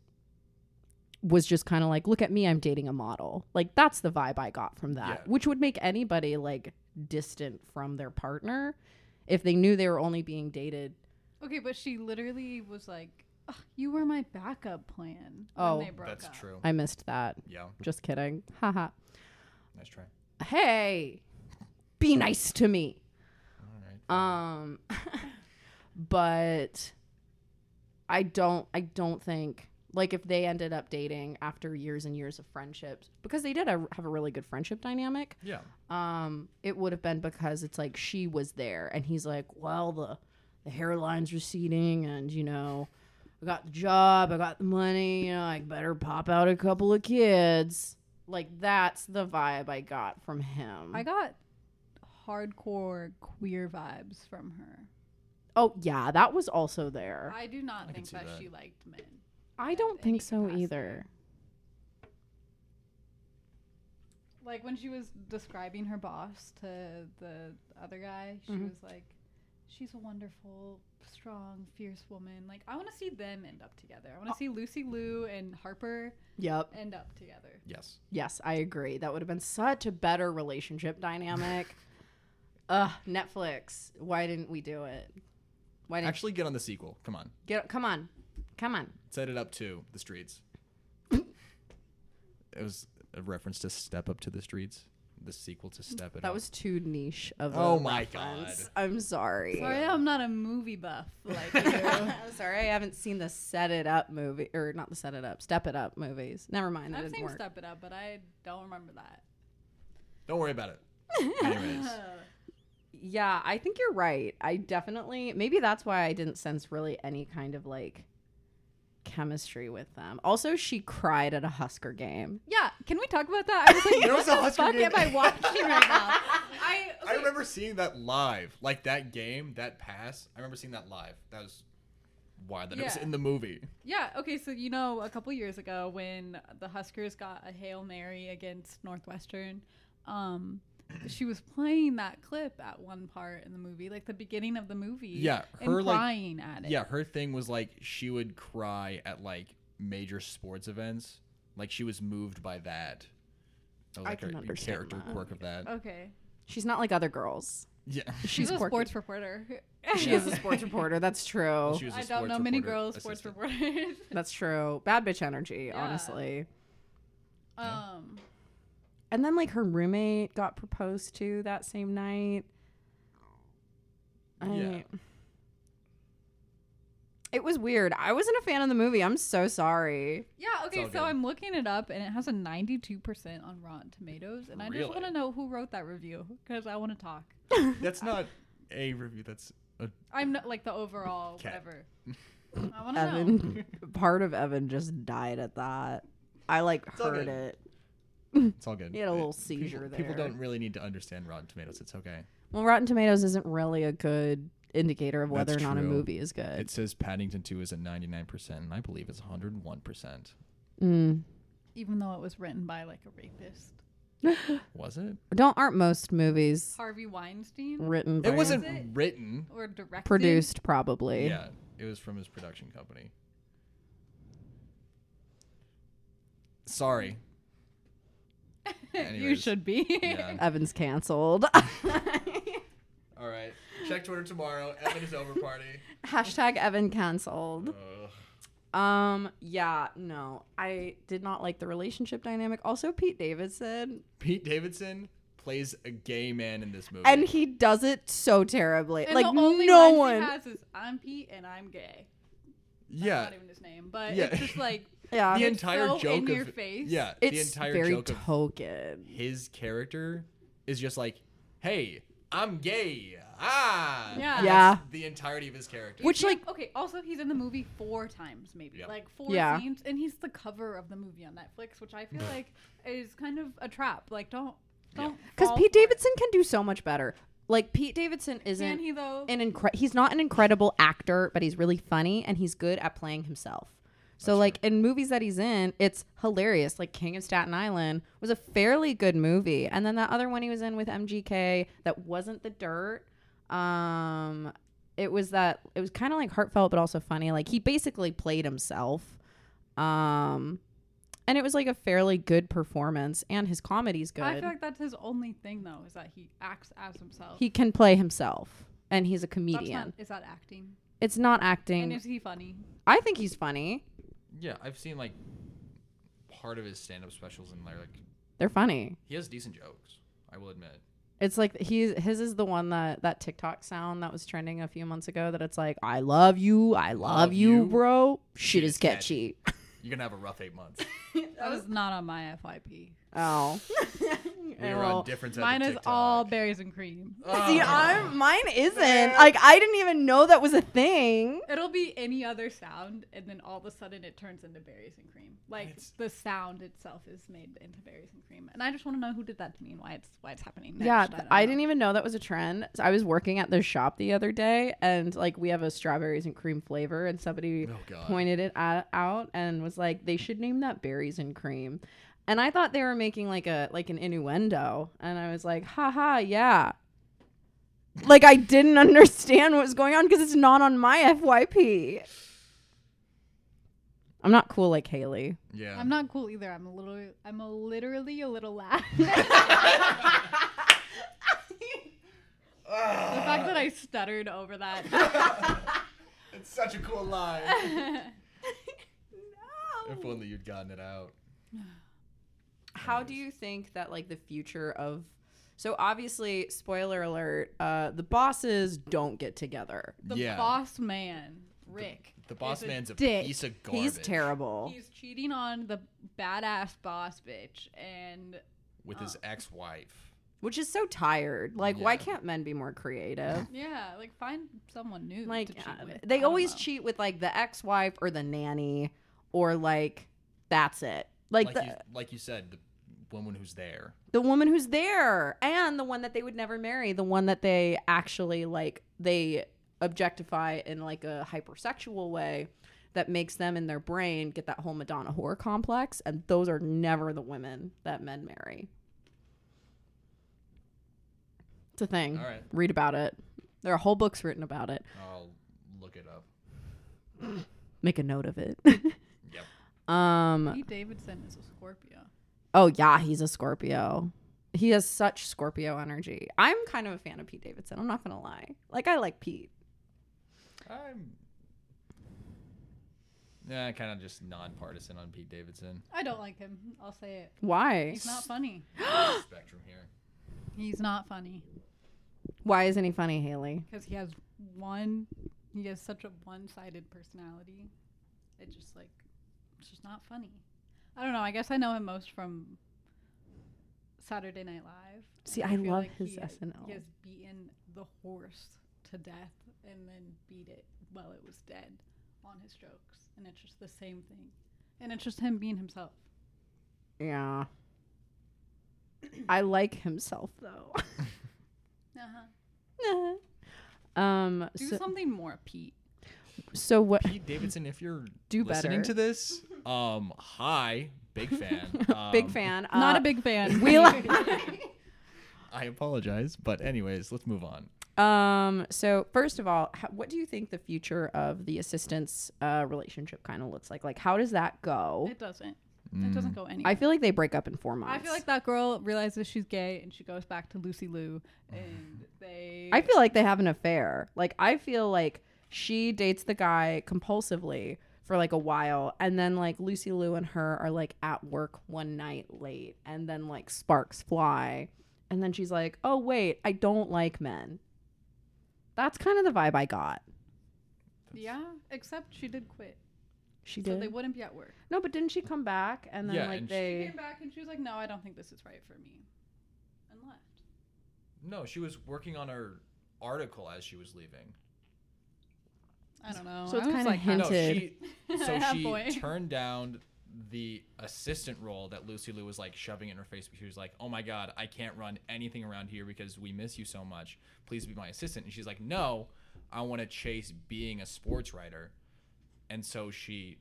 [SPEAKER 2] was just kind of like, look at me, I'm dating a model. Like that's the vibe I got from that,
[SPEAKER 3] Yeah.
[SPEAKER 2] which would make anybody like distant from their partner if they knew they were only being dated.
[SPEAKER 1] Okay, but she literally was like, "Ugh, "You were my backup plan."
[SPEAKER 2] Oh.
[SPEAKER 1] when they broke
[SPEAKER 3] That's
[SPEAKER 1] up.
[SPEAKER 3] true.
[SPEAKER 2] I missed that.
[SPEAKER 3] Yeah.
[SPEAKER 2] Just kidding. Haha.
[SPEAKER 3] Nice try.
[SPEAKER 2] hey, be nice to me.
[SPEAKER 3] All right.
[SPEAKER 2] Um, but I don't. I don't think like if they ended up dating after years and years of friendships because they did a, have a really good friendship dynamic.
[SPEAKER 3] yeah.
[SPEAKER 2] Um, it would have been because it's like she was there and he's like, well, the the hairline's receding and you know. I got the job, I got the money, you know, I better pop out a couple of kids. Like that's the vibe I got from him.
[SPEAKER 1] I got hardcore queer vibes from her.
[SPEAKER 2] oh yeah, that was also there.
[SPEAKER 1] I do not
[SPEAKER 3] I can
[SPEAKER 1] think
[SPEAKER 3] see
[SPEAKER 1] that,
[SPEAKER 3] that.
[SPEAKER 1] she liked men.
[SPEAKER 2] I
[SPEAKER 1] in
[SPEAKER 2] don't
[SPEAKER 1] any
[SPEAKER 2] think so
[SPEAKER 1] capacity.
[SPEAKER 2] either.
[SPEAKER 1] Like when she was describing her boss to the other guy, she
[SPEAKER 2] Mhm.
[SPEAKER 1] was like, "She's a wonderful, strong, fierce woman." Like I want to see them end up together. I want to see Lucy Liu and Harper
[SPEAKER 2] Yep.
[SPEAKER 1] end up together.
[SPEAKER 3] Yes.
[SPEAKER 2] Yes, I agree. That would have been such a better relationship dynamic. Ugh, Netflix. Why didn't we do it? Why didn't
[SPEAKER 3] Actually, get on the sequel. Come on.
[SPEAKER 2] get come on. Come on.
[SPEAKER 3] Set it up to the streets. it was a reference to Step Up to the Streets. The sequel to Step It
[SPEAKER 2] That
[SPEAKER 3] Up.
[SPEAKER 2] was too niche of a
[SPEAKER 3] Oh my
[SPEAKER 2] reference.
[SPEAKER 3] God.
[SPEAKER 2] I'm sorry.
[SPEAKER 1] Sorry, I'm not a movie buff like you.
[SPEAKER 2] I'm sorry, I haven't seen the Set It Up movie or not the Set It Up, Step It Up movies. Never mind, that
[SPEAKER 1] I've
[SPEAKER 2] didn't
[SPEAKER 1] seen
[SPEAKER 2] work.
[SPEAKER 1] Step It Up, but I don't remember that.
[SPEAKER 3] Don't worry about it. Anyways.
[SPEAKER 2] Yeah, I think you're right. I definitely maybe that's why I didn't sense really any kind of like chemistry with them. Also, she cried at a Husker game.
[SPEAKER 1] yeah, can we talk about that? I was like,
[SPEAKER 3] There was
[SPEAKER 1] what
[SPEAKER 3] a
[SPEAKER 1] the
[SPEAKER 3] Husker
[SPEAKER 1] fuck
[SPEAKER 3] game-
[SPEAKER 1] am I watching right now? I,
[SPEAKER 3] I remember seeing that live. Like that game, that pass. I remember seeing that live. That was why that it was
[SPEAKER 1] Yeah.
[SPEAKER 3] in the movie.
[SPEAKER 1] Yeah. Okay. So you know, a couple years ago, when the Huskers got a hail mary against Northwestern, um, she was playing that clip at one part in the movie, like the beginning of the movie.
[SPEAKER 3] Yeah, her,
[SPEAKER 1] and
[SPEAKER 3] like-
[SPEAKER 1] crying at it.
[SPEAKER 3] Yeah, her thing was like she would cry at like major sports events. Like she was moved by that. That was
[SPEAKER 2] I
[SPEAKER 3] like
[SPEAKER 2] can
[SPEAKER 3] her
[SPEAKER 2] understand
[SPEAKER 3] character
[SPEAKER 2] that.
[SPEAKER 1] Oh.
[SPEAKER 3] quirk of that.
[SPEAKER 1] Okay.
[SPEAKER 2] She's not like other girls.
[SPEAKER 3] Yeah.
[SPEAKER 1] She's,
[SPEAKER 2] She's
[SPEAKER 1] a
[SPEAKER 2] quirky.
[SPEAKER 1] sports reporter.
[SPEAKER 2] She is a sports reporter. That's true.
[SPEAKER 3] She was a
[SPEAKER 1] I don't
[SPEAKER 3] sports
[SPEAKER 1] know many
[SPEAKER 3] reporter
[SPEAKER 1] girls sports
[SPEAKER 3] assistant.
[SPEAKER 1] reporters.
[SPEAKER 2] That's true. Bad bitch energy,
[SPEAKER 1] Yeah.
[SPEAKER 2] honestly.
[SPEAKER 3] Yeah.
[SPEAKER 1] Um,
[SPEAKER 2] And then like her roommate got proposed to that same night. I,
[SPEAKER 3] Yeah.
[SPEAKER 2] It was weird. I wasn't a fan of the movie. I'm so sorry.
[SPEAKER 1] yeah, okay,
[SPEAKER 3] all
[SPEAKER 1] so
[SPEAKER 3] good.
[SPEAKER 1] I'm looking it up and it has a 92% on Rotten Tomatoes. And I just
[SPEAKER 3] Really?
[SPEAKER 1] want to know who wrote that review because I want to talk.
[SPEAKER 3] That's not a review. That's a
[SPEAKER 1] I'm not like the overall,
[SPEAKER 3] Cat.
[SPEAKER 1] whatever. I want to know.
[SPEAKER 2] Evan, part of Evan just died at that. I like
[SPEAKER 3] all
[SPEAKER 2] heard
[SPEAKER 3] good.
[SPEAKER 2] it.
[SPEAKER 3] It's all good.
[SPEAKER 2] He had a little
[SPEAKER 3] It-
[SPEAKER 2] seizure
[SPEAKER 3] people,
[SPEAKER 2] there.
[SPEAKER 3] People don't really need to understand Rotten Tomatoes. It's okay.
[SPEAKER 2] Well, Rotten Tomatoes isn't really a good indicator of whether
[SPEAKER 3] That's
[SPEAKER 2] or not a
[SPEAKER 3] true.
[SPEAKER 2] movie is good.
[SPEAKER 3] It says Paddington 2 is at 99%, and I believe it's 101%.
[SPEAKER 2] Mm.
[SPEAKER 1] Even though it was written by like a rapist.
[SPEAKER 3] Was it?
[SPEAKER 2] Don't aren't most movies
[SPEAKER 1] Harvey Weinstein
[SPEAKER 2] written? by-
[SPEAKER 3] It wasn't
[SPEAKER 1] it?
[SPEAKER 3] written.
[SPEAKER 1] or directed.
[SPEAKER 2] produced, probably.
[SPEAKER 3] Yeah, it was from his production company. Sorry.
[SPEAKER 1] you
[SPEAKER 3] Anyways.
[SPEAKER 1] should be.
[SPEAKER 3] Yeah.
[SPEAKER 2] Evan's canceled.
[SPEAKER 3] All right. Check Twitter tomorrow. Evan is over party.
[SPEAKER 2] Hashtag Evan canceled.
[SPEAKER 3] Ugh.
[SPEAKER 2] Um, yeah, no, I did not like the relationship dynamic. Also, Pete Davidson,
[SPEAKER 3] Pete Davidson plays a gay man in this movie.
[SPEAKER 2] and he does it so terribly.
[SPEAKER 1] And
[SPEAKER 2] like
[SPEAKER 1] the only
[SPEAKER 2] no
[SPEAKER 1] line
[SPEAKER 2] one.
[SPEAKER 1] He has is I'm Pete and I'm gay.
[SPEAKER 3] yeah.
[SPEAKER 1] Not even his name, but
[SPEAKER 3] Yeah.
[SPEAKER 1] it's just like
[SPEAKER 2] yeah,
[SPEAKER 3] the entire
[SPEAKER 1] so
[SPEAKER 3] joke
[SPEAKER 1] in
[SPEAKER 3] of
[SPEAKER 1] your face.
[SPEAKER 3] yeah,
[SPEAKER 2] it's
[SPEAKER 3] the entire
[SPEAKER 2] very
[SPEAKER 3] joke of
[SPEAKER 2] token.
[SPEAKER 3] his character is just like, "Hey, I'm gay." Ah. And
[SPEAKER 1] Yeah.
[SPEAKER 3] that's
[SPEAKER 2] Yeah.
[SPEAKER 3] The entirety of his character.
[SPEAKER 2] Which like
[SPEAKER 1] Okay, also he's in the movie four times maybe.
[SPEAKER 3] Yep.
[SPEAKER 1] Like four
[SPEAKER 2] Yeah.
[SPEAKER 1] scenes and he's the cover of the movie on Netflix, which I feel like is kind of a trap. Like don't don't
[SPEAKER 2] because
[SPEAKER 1] fall
[SPEAKER 2] Pete
[SPEAKER 1] for it.
[SPEAKER 2] Davidson can do so much better. Like Pete Davidson isn't
[SPEAKER 1] Can he though?
[SPEAKER 2] an incre- he's not an incredible actor, but he's really funny and he's good at playing himself. So like in movies that he's in, it's hilarious. Like King of Staten Island was a fairly good movie, and then that other one he was in with MGK that wasn't The Dirt. Um, it was that it was kind of like heartfelt but also funny. Like he basically played himself. Um, and it was like a fairly good performance, and his comedy's good.
[SPEAKER 1] I feel like that's his only thing though, is that he acts as himself.
[SPEAKER 2] he can play himself, and he's a
[SPEAKER 1] That's
[SPEAKER 2] comedian.
[SPEAKER 1] not, is that acting?
[SPEAKER 2] it's not
[SPEAKER 1] And
[SPEAKER 2] acting.
[SPEAKER 1] is he funny?
[SPEAKER 2] I think he's funny.
[SPEAKER 3] yeah, I've seen like part of his stand-up specials and they're like
[SPEAKER 2] They're funny.
[SPEAKER 3] he has decent jokes, I will admit.
[SPEAKER 2] It's like he's his is the one that that TikTok sound that was trending a few months ago that it's like I love you, I love,
[SPEAKER 3] Love
[SPEAKER 2] you,
[SPEAKER 3] you.
[SPEAKER 2] bro. Shit is catchy.
[SPEAKER 3] You're going to have a rough 8 months.
[SPEAKER 1] That was not on my FYP.
[SPEAKER 2] Oh.
[SPEAKER 3] We were
[SPEAKER 2] Well,
[SPEAKER 3] on different sets
[SPEAKER 1] Mine
[SPEAKER 3] of
[SPEAKER 1] is
[SPEAKER 3] TikTok.
[SPEAKER 1] all berries and cream.
[SPEAKER 2] See,
[SPEAKER 3] Oh.
[SPEAKER 2] I'm mine isn't. Like I didn't even know that was a thing.
[SPEAKER 1] It'll be any other sound, and then all of a sudden it turns into berries and cream. Like
[SPEAKER 3] It's-
[SPEAKER 1] the sound itself is made into berries and cream. And I just want to know who did that to me and why it's why it's happening. Next.
[SPEAKER 2] yeah,
[SPEAKER 1] don't
[SPEAKER 2] I,
[SPEAKER 1] know.
[SPEAKER 2] didn't e- even know that was a trend. So I was working at this shop the other day, and like we have a strawberries and cream flavor, and somebody
[SPEAKER 3] Oh, God.
[SPEAKER 2] pointed it at, out and was like, "They should name that berries and cream." And I thought they were making like a like an innuendo, and I was like, "Ha ha, yeah." Like I didn't understand what was going on because it's not on my FYP. I'm not cool like Haley.
[SPEAKER 3] Yeah.
[SPEAKER 1] I'm not cool either. I'm a little. I'm a literally a little laugh. the fact that I stuttered over that.
[SPEAKER 3] Ah. It's such a cool line. If only you'd gotten it out.
[SPEAKER 2] how do you think that like the future of so obviously spoiler alert uh the bosses don't get together
[SPEAKER 1] The
[SPEAKER 3] yeah.
[SPEAKER 1] boss man, Rick.
[SPEAKER 3] the boss
[SPEAKER 1] is a
[SPEAKER 3] man's a
[SPEAKER 1] dick.
[SPEAKER 3] piece of garbage.
[SPEAKER 2] he's terrible
[SPEAKER 1] He's cheating on the badass boss bitch, and
[SPEAKER 3] With his
[SPEAKER 1] Ah.
[SPEAKER 3] ex-wife.
[SPEAKER 2] which is so tired like why
[SPEAKER 3] Yeah.
[SPEAKER 2] can't men be more creative
[SPEAKER 1] yeah, like find someone new.
[SPEAKER 2] like
[SPEAKER 1] to cheat
[SPEAKER 2] uh,
[SPEAKER 1] with. I
[SPEAKER 2] they
[SPEAKER 1] don't
[SPEAKER 2] always
[SPEAKER 1] know.
[SPEAKER 2] cheat with like the ex-wife or the nanny or like that's it like,
[SPEAKER 3] Like,
[SPEAKER 2] the,
[SPEAKER 3] you, like you said, the woman who's there.
[SPEAKER 2] the woman who's there and the one that they would never marry the one that they actually like they objectify in like a hypersexual way that makes them in their brain get that whole madonna whore complex and those are never the women that men marry it's a
[SPEAKER 1] Mm.
[SPEAKER 2] thing
[SPEAKER 3] All right.
[SPEAKER 2] read about it there are whole books written about it
[SPEAKER 3] I'll look it up.
[SPEAKER 2] make a note of it
[SPEAKER 3] Yep.
[SPEAKER 2] um
[SPEAKER 1] Pete Davidson is a Scorpio.
[SPEAKER 2] oh yeah he's a scorpio He has such Scorpio energy. I'm kind of a fan of Pete Davidson. I'm not gonna lie. Like I like Pete.
[SPEAKER 3] I'm. Yeah, kind of just nonpartisan on Pete Davidson
[SPEAKER 1] I don't like him. I'll say it.
[SPEAKER 2] Why?
[SPEAKER 1] He's not funny.
[SPEAKER 3] spectrum here.
[SPEAKER 1] He's not funny
[SPEAKER 2] Why isn't he funny, Haley?
[SPEAKER 1] because he has one. He has such a one-sided personality. It just like, it's just not funny. I don't know. I guess I know him most from Saturday Night Live. and
[SPEAKER 2] See, I
[SPEAKER 1] feel
[SPEAKER 2] love his
[SPEAKER 1] he-
[SPEAKER 2] SNL.
[SPEAKER 1] He has beaten the horse to death and then beat it while it was dead on his jokes, and it's just the same thing. And it's just him being himself.
[SPEAKER 2] Yeah. I like himself though.
[SPEAKER 1] Uh-huh.
[SPEAKER 2] um.
[SPEAKER 1] Do
[SPEAKER 2] So,
[SPEAKER 1] something more, Pete.
[SPEAKER 2] so what?
[SPEAKER 3] Pete Davidson, if you're
[SPEAKER 2] Do
[SPEAKER 3] listening
[SPEAKER 2] better.
[SPEAKER 3] to this, um, hi, big fan, um,
[SPEAKER 2] big fan. Uh,
[SPEAKER 1] Not a big fan.
[SPEAKER 2] We like.
[SPEAKER 3] I apologize, but anyways, let's move on.
[SPEAKER 2] Um. So first of all, how, what do you think the future of the assistance uh, relationship kind of looks like? Like, how does that go?
[SPEAKER 1] It doesn't.
[SPEAKER 3] Mm.
[SPEAKER 1] It doesn't go anywhere.
[SPEAKER 2] I feel like they break up in four months.
[SPEAKER 1] I feel like that girl realizes she's gay and she goes back to Lucy Lou and they
[SPEAKER 2] I feel like they have an affair. Like I feel like she dates the guy compulsively for like a while, and then like Lucy Lou and her are like at work one night late, and then like sparks fly, and then she's like, "Oh wait, I don't like men." That's kind of the vibe I got.
[SPEAKER 1] Yeah, except she did quit.
[SPEAKER 2] She
[SPEAKER 1] So
[SPEAKER 2] did
[SPEAKER 1] they wouldn't be at work.
[SPEAKER 2] no, but didn't she come back? And then
[SPEAKER 3] Yeah,
[SPEAKER 2] like
[SPEAKER 3] and she-
[SPEAKER 1] She
[SPEAKER 2] they
[SPEAKER 1] came back and she was like, "No, I don't think this is right for me." And left.
[SPEAKER 3] No, she was working on her article as she was leaving.
[SPEAKER 1] I don't know.
[SPEAKER 2] So
[SPEAKER 1] I
[SPEAKER 2] it's
[SPEAKER 1] was
[SPEAKER 2] kinda
[SPEAKER 1] like,
[SPEAKER 2] hint-
[SPEAKER 3] No, she, so
[SPEAKER 1] Ah,
[SPEAKER 3] she
[SPEAKER 1] boy.
[SPEAKER 3] turned down the assistant role that Lucy Lou was like shoving in her face. She was like, "Oh my god, I can't run anything around here because we miss you so much. Please be my assistant." And she's like, "No, I want to chase being a sports writer." And so she,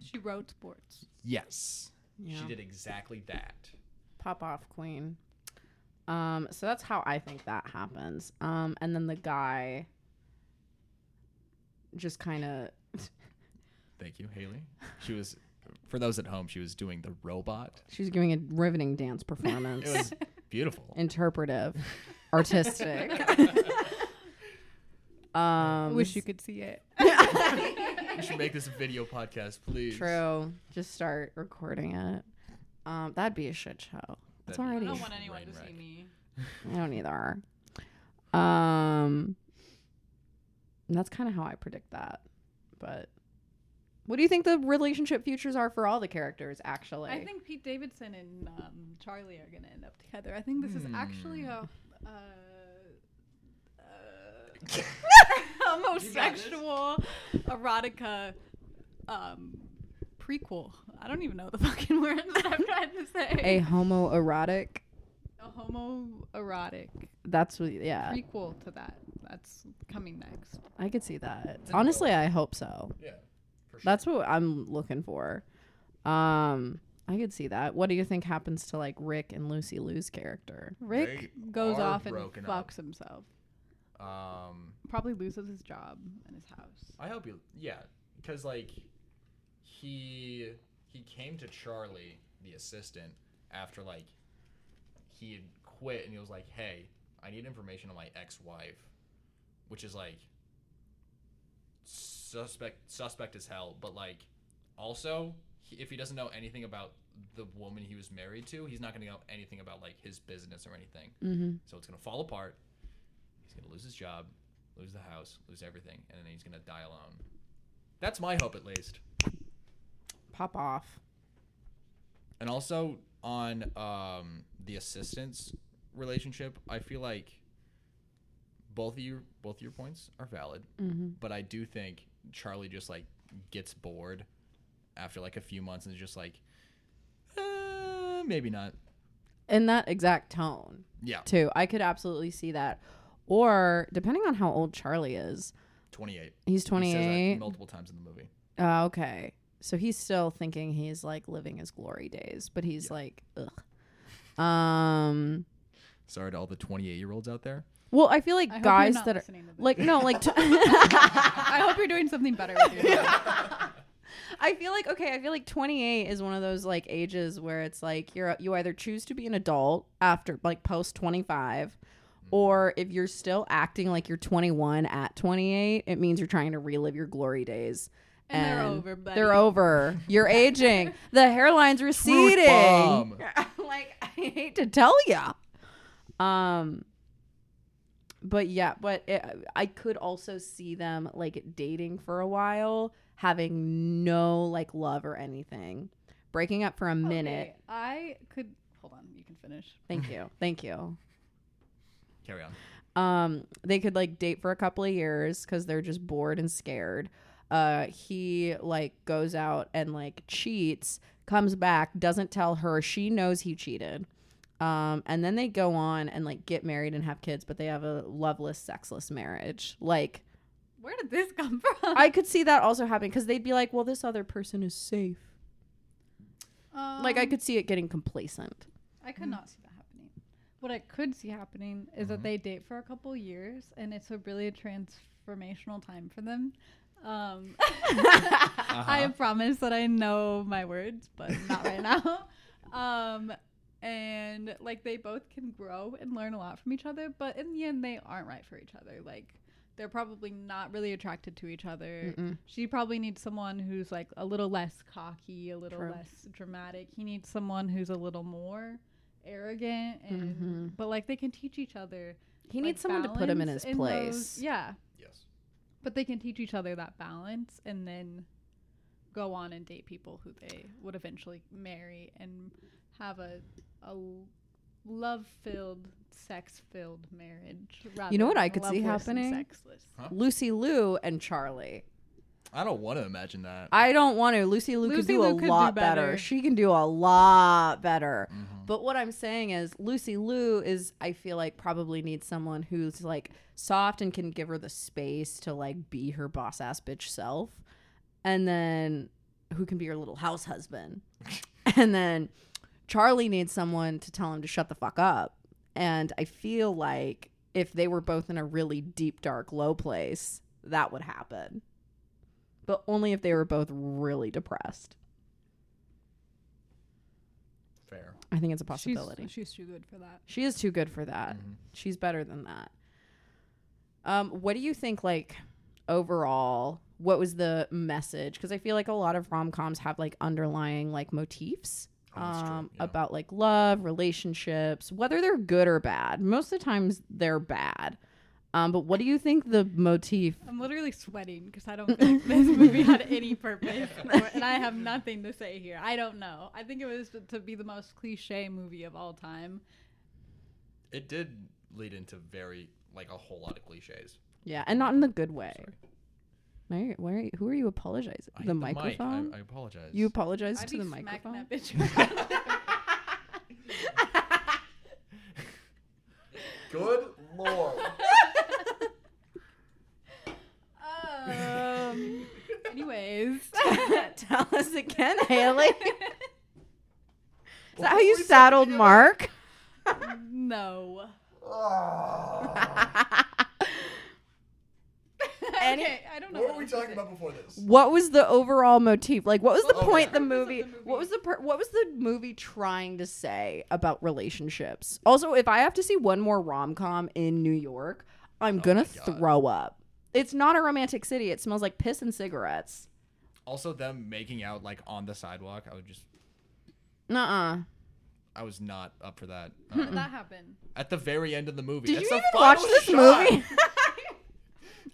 [SPEAKER 1] she wrote sports.
[SPEAKER 3] yes,
[SPEAKER 2] Yeah.
[SPEAKER 3] she did exactly that.
[SPEAKER 2] pop off queen. Um, so that's how I think that happens. Um, and then the guy just kind of
[SPEAKER 3] Thank you, Haley. She was, for those at home, she was doing the robot.
[SPEAKER 2] she was giving a riveting dance performance,
[SPEAKER 3] It was beautiful.
[SPEAKER 2] interpretive, artistic. um,
[SPEAKER 1] Wish you could see it.
[SPEAKER 3] We should make this a video podcast, please.
[SPEAKER 2] true. Just start recording it. Um, that'd be a shit show. It's
[SPEAKER 3] That'd
[SPEAKER 1] I
[SPEAKER 2] already.
[SPEAKER 3] be-
[SPEAKER 1] don't want anyone to
[SPEAKER 3] Train
[SPEAKER 1] see
[SPEAKER 3] wreck.
[SPEAKER 1] me.
[SPEAKER 2] I don't either. Um, and that's kind of how I predict that. But what do you think the relationship futures are for all the characters? Actually,
[SPEAKER 1] I think Pete Davidson and um, Charlie are gonna end up together. I think this is actually a. Uh, uh, homosexual erotica um, prequel. I don't even know the fucking word that I'm trying to
[SPEAKER 2] a
[SPEAKER 1] say.
[SPEAKER 2] homoerotic.
[SPEAKER 1] A, homoerotic
[SPEAKER 2] That's what.
[SPEAKER 1] Uh,
[SPEAKER 2] Yeah,
[SPEAKER 1] prequel to that. That's coming next.
[SPEAKER 2] I could see that.
[SPEAKER 3] It's a
[SPEAKER 2] Honestly, I hope so.
[SPEAKER 3] Yeah. for sure.
[SPEAKER 2] That's what I'm looking for. Um, I could see that. What do you think happens to like Rick and Lucy Lou's character?
[SPEAKER 1] Rick
[SPEAKER 3] They
[SPEAKER 1] goes
[SPEAKER 3] are
[SPEAKER 1] off and
[SPEAKER 3] broken
[SPEAKER 1] fucks
[SPEAKER 3] up.
[SPEAKER 1] himself.
[SPEAKER 3] Um,
[SPEAKER 1] Probably loses his job and his house.
[SPEAKER 3] I hope you. Yeah, because like, he he came to Charlie, the assistant, after like he had quit, and he was like, "Hey, I need information on my ex-wife," which is like suspect suspect as hell. But like, also, he, if he doesn't know anything about the woman he was married to, he's not gonna know anything about like his business or anything.
[SPEAKER 2] Mm-hmm.
[SPEAKER 3] So it's gonna fall apart. He's gonna lose his job, lose the house, lose everything, and then he's gonna die alone. That's my hope, at least.
[SPEAKER 2] Pop off.
[SPEAKER 3] And also on um, the assistance relationship, I feel like both of your both of your points are valid,
[SPEAKER 2] Mm-hmm.
[SPEAKER 3] but I do think Charlie just like gets bored after like a few months and is just like, uh, maybe not.
[SPEAKER 2] In that exact tone.
[SPEAKER 3] Yeah,
[SPEAKER 2] too. I could absolutely see that. Or depending on how old Charlie is,
[SPEAKER 3] twenty eight.
[SPEAKER 2] he's
[SPEAKER 3] He says uh, that
[SPEAKER 2] 28.
[SPEAKER 3] multiple times in the movie.
[SPEAKER 2] Uh, okay. So he's still thinking he's like living his glory days, but he's
[SPEAKER 3] Yeah.
[SPEAKER 2] like, ugh. Um,
[SPEAKER 3] Sorry to all the twenty eight year olds out there.
[SPEAKER 2] well, I feel like
[SPEAKER 1] I hope
[SPEAKER 2] guys
[SPEAKER 1] you're not
[SPEAKER 2] that are
[SPEAKER 1] listening to this.
[SPEAKER 2] like, no, like, t-
[SPEAKER 1] I hope you're doing something better. With your life.
[SPEAKER 2] I feel like okay, I feel like 28 is one of those like ages where it's like you're you either choose to be an adult after like post 25 or if you're still acting like you're 21 at 28, it means you're trying to relive your glory days.
[SPEAKER 1] And they're over, buddy.
[SPEAKER 2] They're over. You're aging. the hairline's receding.
[SPEAKER 3] bomb.
[SPEAKER 2] like I hate to tell ya. Um but yeah, but it, I could also see them like dating for a while, having no like love or anything, breaking up for a minute.
[SPEAKER 1] Okay, I could hold on. You can finish.
[SPEAKER 2] Thank you, thank you.
[SPEAKER 3] Carry on.
[SPEAKER 2] Um, they could like date for a couple of years because they're just bored and scared. Uh, he like goes out and like cheats, comes back, doesn't tell her. She knows he cheated. Um, and then they go on and like get married and have kids, but they have a loveless, sexless marriage. Like,
[SPEAKER 1] Where did this come from?
[SPEAKER 2] I could see that also happening because they'd be like, well, this other person is safe. like, I
[SPEAKER 1] Um,
[SPEAKER 2] could see it getting complacent.
[SPEAKER 1] I could not see that happening. What I could see happening is that they date for a couple years, and it's a really transformational time for them. Um, I promise that I know my words, but not right now. Um, and like they both can grow and learn a lot from each other, but in the end, they aren't right for each other. Like they're probably not really attracted to each other. She probably needs someone who's like a little less cocky, a little
[SPEAKER 2] True.
[SPEAKER 1] less dramatic. He needs someone who's a little more arrogant and but like they can teach each other.
[SPEAKER 2] Mm-hmm. He
[SPEAKER 1] like,
[SPEAKER 2] needs someone to put him in
[SPEAKER 1] balance those-
[SPEAKER 2] his place.
[SPEAKER 1] yeah.
[SPEAKER 3] Yes.
[SPEAKER 1] But they can teach each other that balance and then go on and date people who they would eventually marry and have a a love filled, sex filled marriage. Rather
[SPEAKER 2] know what
[SPEAKER 1] than
[SPEAKER 2] I could see
[SPEAKER 1] loveless and
[SPEAKER 2] happening?
[SPEAKER 1] Sexless.
[SPEAKER 2] Lucy Lou and Charlie.
[SPEAKER 3] I don't want to imagine that.
[SPEAKER 2] I don't want to. Lucy Lou could
[SPEAKER 1] Lucy
[SPEAKER 2] do
[SPEAKER 1] Liu
[SPEAKER 2] a
[SPEAKER 1] could do
[SPEAKER 2] lot better.
[SPEAKER 1] better.
[SPEAKER 2] She can do a lot better.
[SPEAKER 3] Mhm.
[SPEAKER 2] But what I'm saying is, Lucy Lou is, I feel like, probably needs someone who's like soft and can give her the space to like be her boss ass bitch self. And then who can be her little house husband. and then Charlie needs someone to tell him to shut the fuck up. And I feel like if they were both in a really deep, dark, low place, that would happen. But only if they were both really depressed.
[SPEAKER 3] Fair.
[SPEAKER 2] I think it's a
[SPEAKER 1] She's-
[SPEAKER 2] possibility.
[SPEAKER 1] she's too good for that.
[SPEAKER 2] She is too good for that.
[SPEAKER 3] Mhm.
[SPEAKER 2] She's better than that. Um, what do you think, like, overall, what was the message? Because I feel like a lot of rom coms have, like, underlying, like, motifs
[SPEAKER 3] Oh, that's true,
[SPEAKER 2] um,
[SPEAKER 3] yeah.
[SPEAKER 2] about, like, love, relationships, whether they're good or bad. Most of the times they're bad. Um, but what do you think the motif?
[SPEAKER 1] I'm literally sweating because I don't think this movie had any purpose, or- and I have nothing to say here. I don't know. I think it was to- to be the most cliche movie of all time.
[SPEAKER 3] It did lead into very like a whole lot of cliches.
[SPEAKER 2] Yeah, and not in the good way. Why are, why are you, who are you apologizing?
[SPEAKER 3] I hit
[SPEAKER 2] the
[SPEAKER 3] mic. I-
[SPEAKER 2] microphone?
[SPEAKER 3] I, apologize.
[SPEAKER 2] you apologize
[SPEAKER 1] I'd be
[SPEAKER 2] to the
[SPEAKER 1] smacking
[SPEAKER 2] microphone?
[SPEAKER 1] that bitch. around.
[SPEAKER 3] Good lord.
[SPEAKER 1] um, anyways,
[SPEAKER 2] Tell us again, Haley. Is that how you
[SPEAKER 3] Please
[SPEAKER 2] saddled Mark?
[SPEAKER 1] no.
[SPEAKER 3] Ah,
[SPEAKER 2] Any-
[SPEAKER 1] okay, I don't know.
[SPEAKER 3] what
[SPEAKER 1] what
[SPEAKER 3] were we
[SPEAKER 1] else to
[SPEAKER 3] talking
[SPEAKER 1] say.
[SPEAKER 3] about before this?
[SPEAKER 2] What was the overall motif? Like, what was the
[SPEAKER 3] Oh, What was the
[SPEAKER 2] point? The
[SPEAKER 1] purpose of
[SPEAKER 2] movie,
[SPEAKER 1] the movie?
[SPEAKER 2] What was the per- What was the movie trying to say about relationships? Also, if I have to see one more rom com in New York, I'm gonna
[SPEAKER 3] Oh God.
[SPEAKER 2] throw up. It's not a romantic city. It smells like piss and cigarettes.
[SPEAKER 3] Also, them making out like on the sidewalk. I would just.
[SPEAKER 2] Nuh-uh.
[SPEAKER 3] I was not up for that.
[SPEAKER 1] How'd
[SPEAKER 3] Uh,
[SPEAKER 1] that happen?
[SPEAKER 3] At the very end of the movie.
[SPEAKER 2] Did
[SPEAKER 3] That's
[SPEAKER 2] you
[SPEAKER 3] the
[SPEAKER 2] even watch
[SPEAKER 3] final
[SPEAKER 2] this
[SPEAKER 3] shot. Oh
[SPEAKER 2] movie?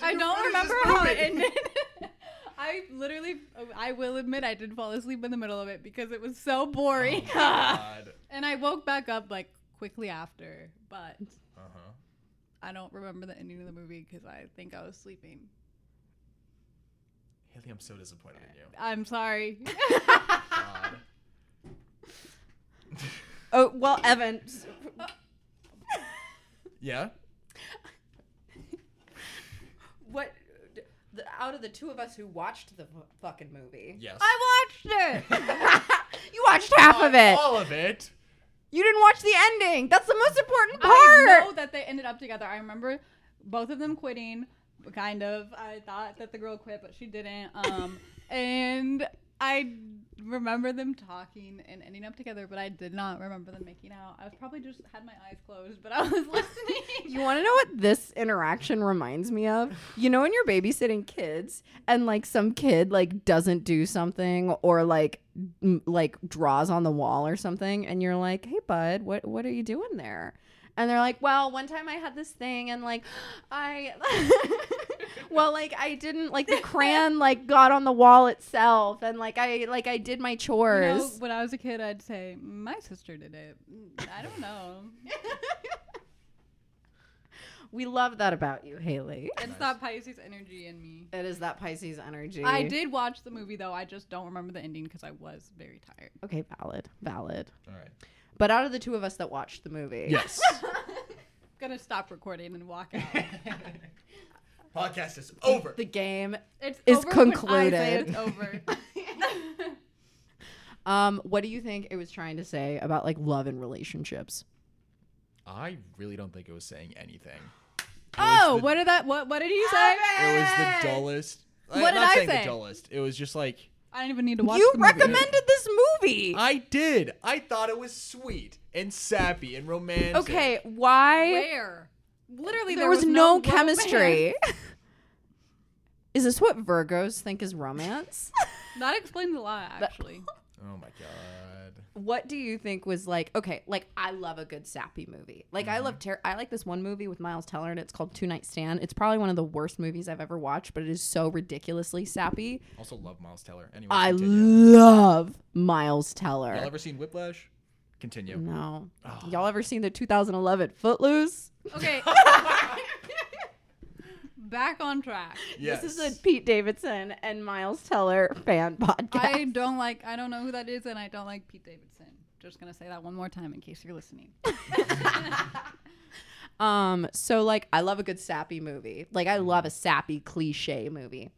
[SPEAKER 1] I
[SPEAKER 3] you
[SPEAKER 1] don't
[SPEAKER 3] finish
[SPEAKER 1] remember
[SPEAKER 3] this
[SPEAKER 1] how it
[SPEAKER 3] movie?
[SPEAKER 1] ended. I literally, I will admit, I did fall asleep in the middle of it because it was so boring.
[SPEAKER 3] God.
[SPEAKER 1] and I woke back up like quickly after, but
[SPEAKER 3] Uh huh.
[SPEAKER 1] I don't remember the ending of the movie because I think I was sleeping.
[SPEAKER 3] Haley, I'm so disappointed in you.
[SPEAKER 1] I'm sorry.
[SPEAKER 3] God.
[SPEAKER 2] oh well, Evan.
[SPEAKER 3] Yeah.
[SPEAKER 2] What? The, out of the two of us who watched the fucking movie,
[SPEAKER 3] Yes.
[SPEAKER 1] I watched it.
[SPEAKER 2] you watched half of it.
[SPEAKER 3] All of it.
[SPEAKER 2] You didn't watch the ending. That's the most important part.
[SPEAKER 1] I know that they ended up together. I remember both of them quitting. Kind of. I thought that the girl quit, but she didn't. Um, and I remember them talking and ending up together, but I did not remember them making out. I was probably just had my eyes closed, but I was listening.
[SPEAKER 2] You want to know what this interaction reminds me of? You know, when you're babysitting kids and like some kid like doesn't do something or like m- like draws on the wall or something, and you're like, "Hey, bud, what what are you doing there?" And they're like, "Well, one time I had this thing, and like, I." Well, like I didn't like the crayon like got on the wall itself, and like I like I did my
[SPEAKER 1] You know,
[SPEAKER 2] chores.
[SPEAKER 1] when I was a kid, I'd say my sister did it. Mm, I don't know.
[SPEAKER 2] We love that about you, Haley.
[SPEAKER 1] It's that Pisces energy in me.
[SPEAKER 2] It is that Pisces energy.
[SPEAKER 1] I did watch the movie though. I just don't remember the ending because I was very tired.
[SPEAKER 2] Okay, valid, valid.
[SPEAKER 3] All right.
[SPEAKER 2] But out of the two of us that watched the movie,
[SPEAKER 3] Yes.
[SPEAKER 1] gonna stop recording and walk out.
[SPEAKER 3] Podcast is over.
[SPEAKER 2] the game.
[SPEAKER 1] It's
[SPEAKER 2] Is
[SPEAKER 1] over when I say
[SPEAKER 2] concluded.
[SPEAKER 1] it's over.
[SPEAKER 2] Um, what do you think it was trying to say about like love and relationships?
[SPEAKER 3] I really don't think it was saying anything. It was
[SPEAKER 1] oh,
[SPEAKER 3] the-
[SPEAKER 1] what did that? What what did he say?
[SPEAKER 3] It was the dullest.
[SPEAKER 1] What did
[SPEAKER 3] not
[SPEAKER 1] I
[SPEAKER 3] saying
[SPEAKER 1] say?
[SPEAKER 3] The dullest. It was just like
[SPEAKER 1] I didn't even need to watch.
[SPEAKER 2] you
[SPEAKER 1] the movie.
[SPEAKER 2] recommended this movie.
[SPEAKER 3] I did. I thought it was sweet and sappy and romantic.
[SPEAKER 2] okay, why
[SPEAKER 1] where? Literally,
[SPEAKER 2] there,
[SPEAKER 1] there,
[SPEAKER 2] was, no,
[SPEAKER 1] romance.
[SPEAKER 2] chemistry? is this what Virgos think is romance?
[SPEAKER 1] That explains a lot, actually.
[SPEAKER 3] Oh my god.
[SPEAKER 2] what do you think was like okay like i love a good sappy movie like i love ter- i like this one movie with miles teller and it's called two night stand it's probably one of the worst movies i've ever watched but it is so ridiculously sappy
[SPEAKER 3] Also love Miles Teller. Anyway,
[SPEAKER 2] i
[SPEAKER 3] continue.
[SPEAKER 2] love miles teller
[SPEAKER 3] Y'all ever seen Whiplash? Continue.
[SPEAKER 2] no
[SPEAKER 1] Ah.
[SPEAKER 2] y'all ever seen the 2011 footloose
[SPEAKER 1] Okay. Back on track.
[SPEAKER 3] Yes.
[SPEAKER 2] this is a pete davidson and miles teller fan podcast
[SPEAKER 1] I don't like. I don't know who that is, and I don't like Pete Davidson. Just gonna say that one more time in case you're listening.
[SPEAKER 2] um so like i love a good sappy movie like i
[SPEAKER 1] Mm.
[SPEAKER 2] love a sappy cliche movie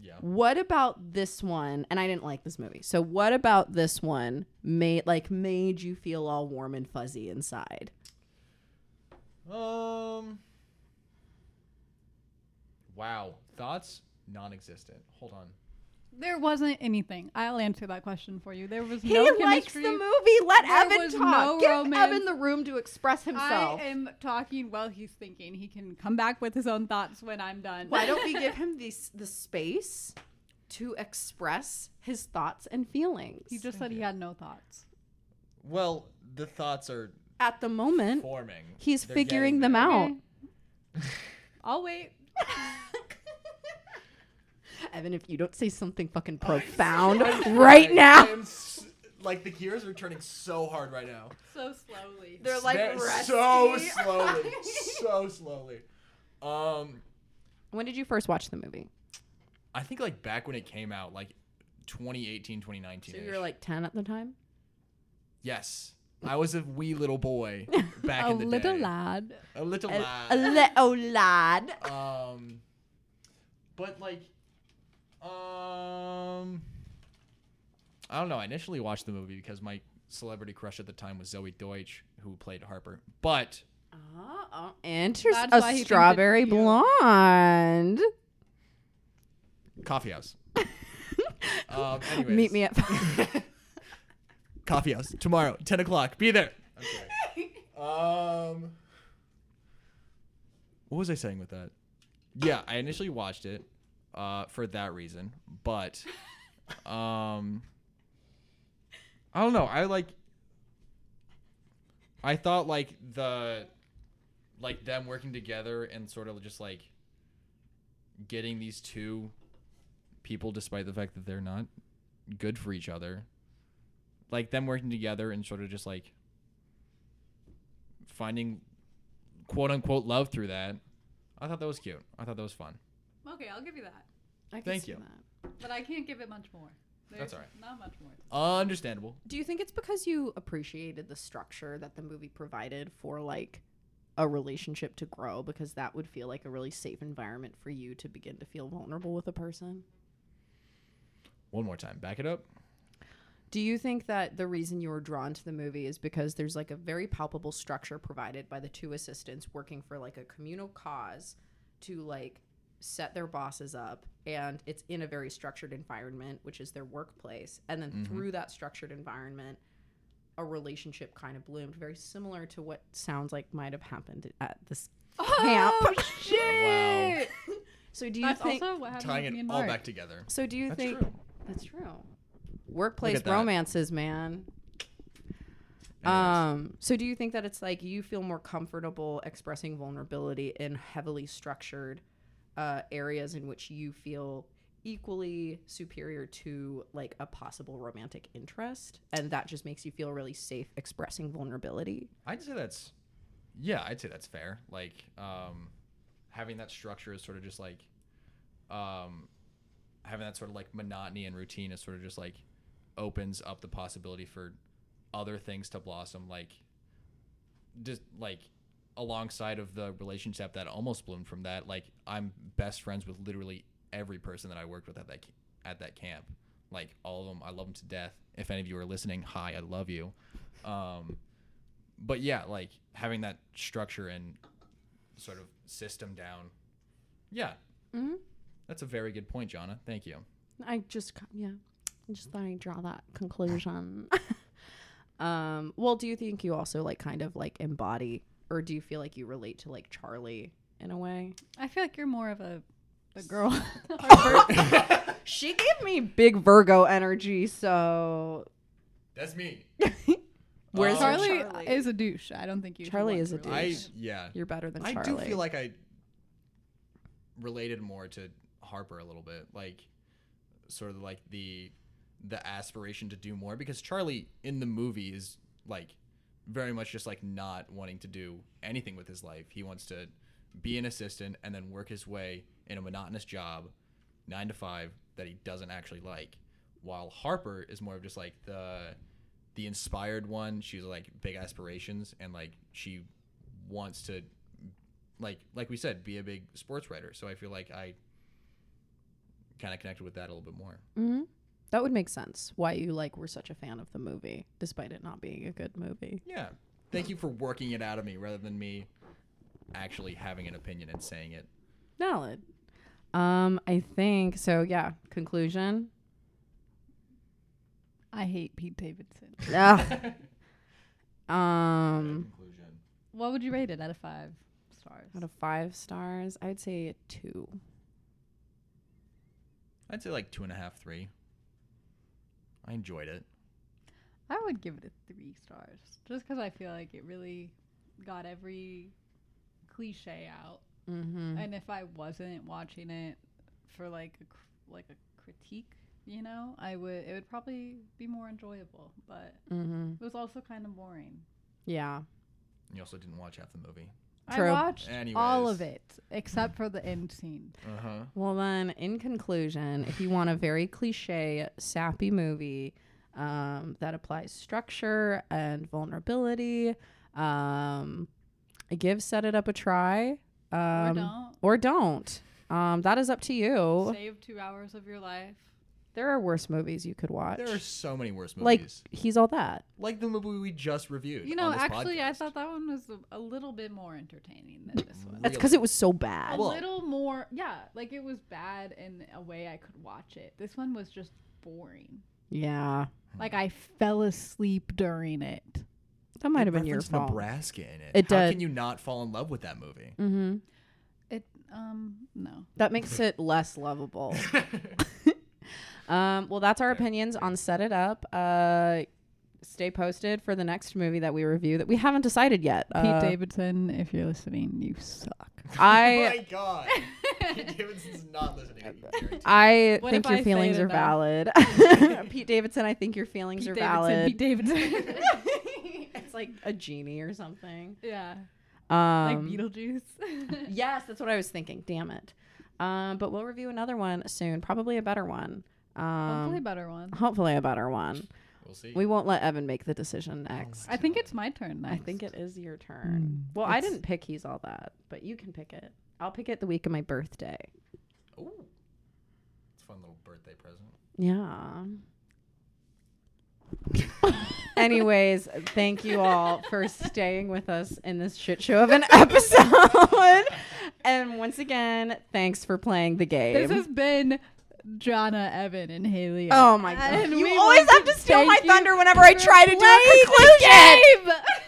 [SPEAKER 3] yeah.
[SPEAKER 2] What about this one? And I didn't like this movie. So what about this one made like made you feel all warm and fuzzy inside?
[SPEAKER 3] Um. Wow. Thoughts non-existent. Hold on.
[SPEAKER 1] There wasn't anything. I'll answer that question for you. There was
[SPEAKER 2] He
[SPEAKER 1] no
[SPEAKER 2] likes
[SPEAKER 1] chemistry.
[SPEAKER 2] the movie. Let
[SPEAKER 1] There
[SPEAKER 2] Evan
[SPEAKER 1] was
[SPEAKER 2] talk.
[SPEAKER 1] no
[SPEAKER 2] Give
[SPEAKER 1] romance.
[SPEAKER 2] Evan the room to express himself.
[SPEAKER 1] I am talking while he's thinking. He can come back with his own thoughts when I'm done.
[SPEAKER 2] Why don't we give him the the space to express his thoughts and feelings?
[SPEAKER 1] He just said he had no thoughts.
[SPEAKER 3] Well, the thoughts are
[SPEAKER 2] At the moment,
[SPEAKER 3] forming.
[SPEAKER 2] he's
[SPEAKER 3] They're
[SPEAKER 2] figuring them
[SPEAKER 3] getting there.
[SPEAKER 2] out.
[SPEAKER 1] Okay. Eh. I'll wait.
[SPEAKER 2] Evan, if you don't say something fucking
[SPEAKER 3] Oh,
[SPEAKER 2] profound right now,
[SPEAKER 3] I am s- like the gears are turning so hard right now.
[SPEAKER 1] So slowly.
[SPEAKER 2] They're like
[SPEAKER 3] Ve- so
[SPEAKER 2] rusty.
[SPEAKER 3] slowly, so slowly. Um,
[SPEAKER 2] when did you first watch the movie?
[SPEAKER 3] I think like back when it came out, like 2018, 2019.
[SPEAKER 2] So you were like 10 at the time?
[SPEAKER 3] yes, I was a wee little boy back
[SPEAKER 1] a
[SPEAKER 3] in the
[SPEAKER 1] little
[SPEAKER 3] day.
[SPEAKER 1] lad.
[SPEAKER 3] A little
[SPEAKER 2] A
[SPEAKER 3] lad.
[SPEAKER 2] little lad.
[SPEAKER 3] Um, but like, um, I don't know. I initially watched the movie because my celebrity crush at the time was Zoe Deutsch, who played Harper. But
[SPEAKER 2] Oh,
[SPEAKER 1] That's
[SPEAKER 2] interesting.
[SPEAKER 1] why he
[SPEAKER 2] A
[SPEAKER 1] thinks it's
[SPEAKER 2] strawberry
[SPEAKER 1] cute.
[SPEAKER 2] blonde.
[SPEAKER 3] Coffee House. um, anyways,
[SPEAKER 2] Meet me at five.
[SPEAKER 3] Coffee House tomorrow, ten o'clock. Be there. um, what was I saying with that? Yeah, I initially watched it uh, for that reason, but um, I don't know. I like. I thought like the, like them working together and sort of just like getting these two people, despite the fact that they're not good for each other, like them working together and sort of just like finding quote unquote love through that. I thought that was cute. I thought that was fun.
[SPEAKER 1] Okay, I'll give you that.
[SPEAKER 2] I can
[SPEAKER 3] Thank
[SPEAKER 2] see
[SPEAKER 3] you.
[SPEAKER 2] that.
[SPEAKER 1] But I can't give it much more.
[SPEAKER 3] That's all right.
[SPEAKER 1] Not much more.
[SPEAKER 3] Understandable.
[SPEAKER 2] Do you think it's because you appreciated the structure that the movie provided for like a relationship to grow because that would feel like a really safe environment for you to begin to feel vulnerable with a person?
[SPEAKER 3] One more time. Back it up.
[SPEAKER 2] Do you think that the reason you were drawn to the movie is because there's like a very palpable structure provided by the two assistants working for like a communal cause to like set their bosses up and it's in a very structured environment, which is their workplace. And then
[SPEAKER 3] Mhm.
[SPEAKER 2] through that structured environment, a relationship kind of bloomed, very similar to what sounds like might have happened at this camp.
[SPEAKER 1] Oh shit!
[SPEAKER 2] So do you
[SPEAKER 1] That's
[SPEAKER 2] think?
[SPEAKER 1] also what happened
[SPEAKER 3] Tying
[SPEAKER 1] with me
[SPEAKER 3] it
[SPEAKER 1] and
[SPEAKER 3] all
[SPEAKER 1] Mark.
[SPEAKER 3] back together.
[SPEAKER 2] so do you
[SPEAKER 3] That's
[SPEAKER 2] think?
[SPEAKER 3] true.
[SPEAKER 2] That's true. Workplace
[SPEAKER 3] at that.
[SPEAKER 2] romances, man.
[SPEAKER 3] Anyways.
[SPEAKER 2] Um, so do you think that it's like you feel more comfortable expressing vulnerability in heavily structured uh, areas in which you feel equally superior to like a possible romantic interest, and that just makes you feel really safe expressing vulnerability?
[SPEAKER 3] I'd say that's yeah, I'd say that's fair. Like um having that structure is sort of just like um having that sort of like monotony and routine is sort of just like opens up the possibility for other things to blossom like just like alongside of the relationship that almost bloomed from that like I'm best friends with literally every person that I worked with at that ca- at that camp like all of them I love them to death if any of you are listening hi I love you um but yeah, like having that structure and sort of system down. Yeah,
[SPEAKER 2] Mm-hmm.
[SPEAKER 3] that's a very good point, Jonna. Thank you.
[SPEAKER 2] I just c- yeah, I just thought I'd draw that conclusion. um, well, do you think you also like kind of like embody, or do you feel like you relate to like Charlie in a way?
[SPEAKER 1] I feel like you're more of a the girl.
[SPEAKER 2] She gave me big Virgo energy, so
[SPEAKER 3] That's me.
[SPEAKER 2] Where's
[SPEAKER 3] Um,
[SPEAKER 2] Oh, Charlie?
[SPEAKER 1] Charlie, is a douche. I don't think you. should
[SPEAKER 2] Charlie
[SPEAKER 1] want
[SPEAKER 2] is
[SPEAKER 1] to
[SPEAKER 2] a
[SPEAKER 1] relate.
[SPEAKER 3] I
[SPEAKER 2] douche.
[SPEAKER 3] yeah.
[SPEAKER 2] you're better than
[SPEAKER 3] I
[SPEAKER 2] Charlie.
[SPEAKER 3] do feel like I related more to Harper a little bit, like sort of like the the aspiration to do more because Charlie in the movie is like very much just like not wanting to do anything with his life. He wants to be an assistant and then work his way in a monotonous job, 9 to 5 that he doesn't actually like. While Harper is more of just like the the inspired one. She's like big aspirations and like she wants to like like we said, be a big sports writer. So I feel like I kind of connected with that a little bit more.
[SPEAKER 2] Mhm. that would make sense. Why you like were such a fan of the movie, despite it not being a good movie.
[SPEAKER 3] Yeah. Thank you for working it out of me rather than me actually having an opinion and saying it.
[SPEAKER 2] Valid. Um, I think so. Yeah. Conclusion.
[SPEAKER 1] I hate Pete Davidson.
[SPEAKER 2] Yeah. um,
[SPEAKER 3] Conclusion.
[SPEAKER 1] What would you rate it out of five stars?
[SPEAKER 2] out of five stars, I'd say a two.
[SPEAKER 3] I'd say like two and a half, three. I enjoyed it.
[SPEAKER 1] I would give it a three stars, just because I feel like it really got every cliche out.
[SPEAKER 2] Mm-hmm.
[SPEAKER 1] And if I wasn't watching it for like a, cr- like a critique, you know, I would it would probably be more enjoyable. But
[SPEAKER 2] Mm-hmm.
[SPEAKER 1] it was also kind of boring.
[SPEAKER 2] Yeah.
[SPEAKER 3] You also didn't watch half the movie.
[SPEAKER 2] True.
[SPEAKER 1] I watched all
[SPEAKER 3] Anyways.
[SPEAKER 1] of it except for the end scene.
[SPEAKER 3] Uh huh.
[SPEAKER 2] Well, then, in conclusion, if you want a very cliche, sappy movie um, that applies structure and vulnerability, um, give Set It Up a try. Um,
[SPEAKER 1] or don't
[SPEAKER 2] Or don't. Um, that is up to you.
[SPEAKER 1] save two hours of your life.
[SPEAKER 2] There are worse movies you could watch.
[SPEAKER 3] There are so many worse
[SPEAKER 2] like,
[SPEAKER 3] movies.
[SPEAKER 2] he's all that.
[SPEAKER 3] Like, the movie we just reviewed.
[SPEAKER 1] You know,
[SPEAKER 3] on this
[SPEAKER 1] actually, I
[SPEAKER 3] podcast.
[SPEAKER 1] thought that one was a, a little bit more entertaining than this one.
[SPEAKER 2] That's because it was so bad.
[SPEAKER 1] a
[SPEAKER 3] Well-
[SPEAKER 1] little more yeah like it was bad in a way i could watch it this one was just boring
[SPEAKER 2] yeah.
[SPEAKER 1] like i fell asleep during it
[SPEAKER 2] That might have been your
[SPEAKER 3] referenced
[SPEAKER 2] fault.
[SPEAKER 3] Nebraska in it.
[SPEAKER 2] It
[SPEAKER 3] How
[SPEAKER 2] did.
[SPEAKER 3] can you not fall in love with that movie?
[SPEAKER 2] Mm-hmm.
[SPEAKER 1] it um no
[SPEAKER 2] That makes it less lovable. um, well, that's our opinions on Set It Up. Uh, stay posted for the next movie that we review that we haven't decided yet. Uh,
[SPEAKER 1] pete davidson if you're listening you suck
[SPEAKER 2] I
[SPEAKER 3] my god. Pete Davidson's not listening.
[SPEAKER 2] I
[SPEAKER 1] What
[SPEAKER 2] think
[SPEAKER 1] if
[SPEAKER 2] your
[SPEAKER 1] I say
[SPEAKER 2] feelings
[SPEAKER 1] it
[SPEAKER 2] are
[SPEAKER 1] enough?
[SPEAKER 2] valid. Pete Davidson, I think your feelings
[SPEAKER 1] pete
[SPEAKER 2] are
[SPEAKER 1] davidson, pete
[SPEAKER 2] valid.
[SPEAKER 1] davidson
[SPEAKER 2] it's like a genie or something.
[SPEAKER 1] yeah like
[SPEAKER 2] Um,
[SPEAKER 1] beetlejuice
[SPEAKER 2] yes, that's what I was thinking. Damn it. Um, but we'll review another one soon, probably a better one. Um,
[SPEAKER 1] hopefully a better one
[SPEAKER 2] hopefully a better one.
[SPEAKER 3] We'll see.
[SPEAKER 2] We won't let Evan make the decision next.
[SPEAKER 1] i think it's my turn
[SPEAKER 2] I
[SPEAKER 1] next. Hmm.
[SPEAKER 2] think it is your turn. well, I didn't pick he's all that, but you can pick it. I'll pick it the week of my birthday.
[SPEAKER 3] Ooh. It's a fun little birthday present.
[SPEAKER 2] Yeah. Anyways, thank you all for staying with us in this shit show of an episode. and once again, thanks for playing the game.
[SPEAKER 1] This has been Jonna, Evan, and Haley.
[SPEAKER 2] oh my god!
[SPEAKER 1] And
[SPEAKER 2] You
[SPEAKER 1] we
[SPEAKER 2] always
[SPEAKER 1] want
[SPEAKER 2] have
[SPEAKER 1] to
[SPEAKER 2] to steal my
[SPEAKER 1] thank you
[SPEAKER 2] thunder whenever I
[SPEAKER 1] for
[SPEAKER 2] try to do it. for Click it.
[SPEAKER 1] Gabe!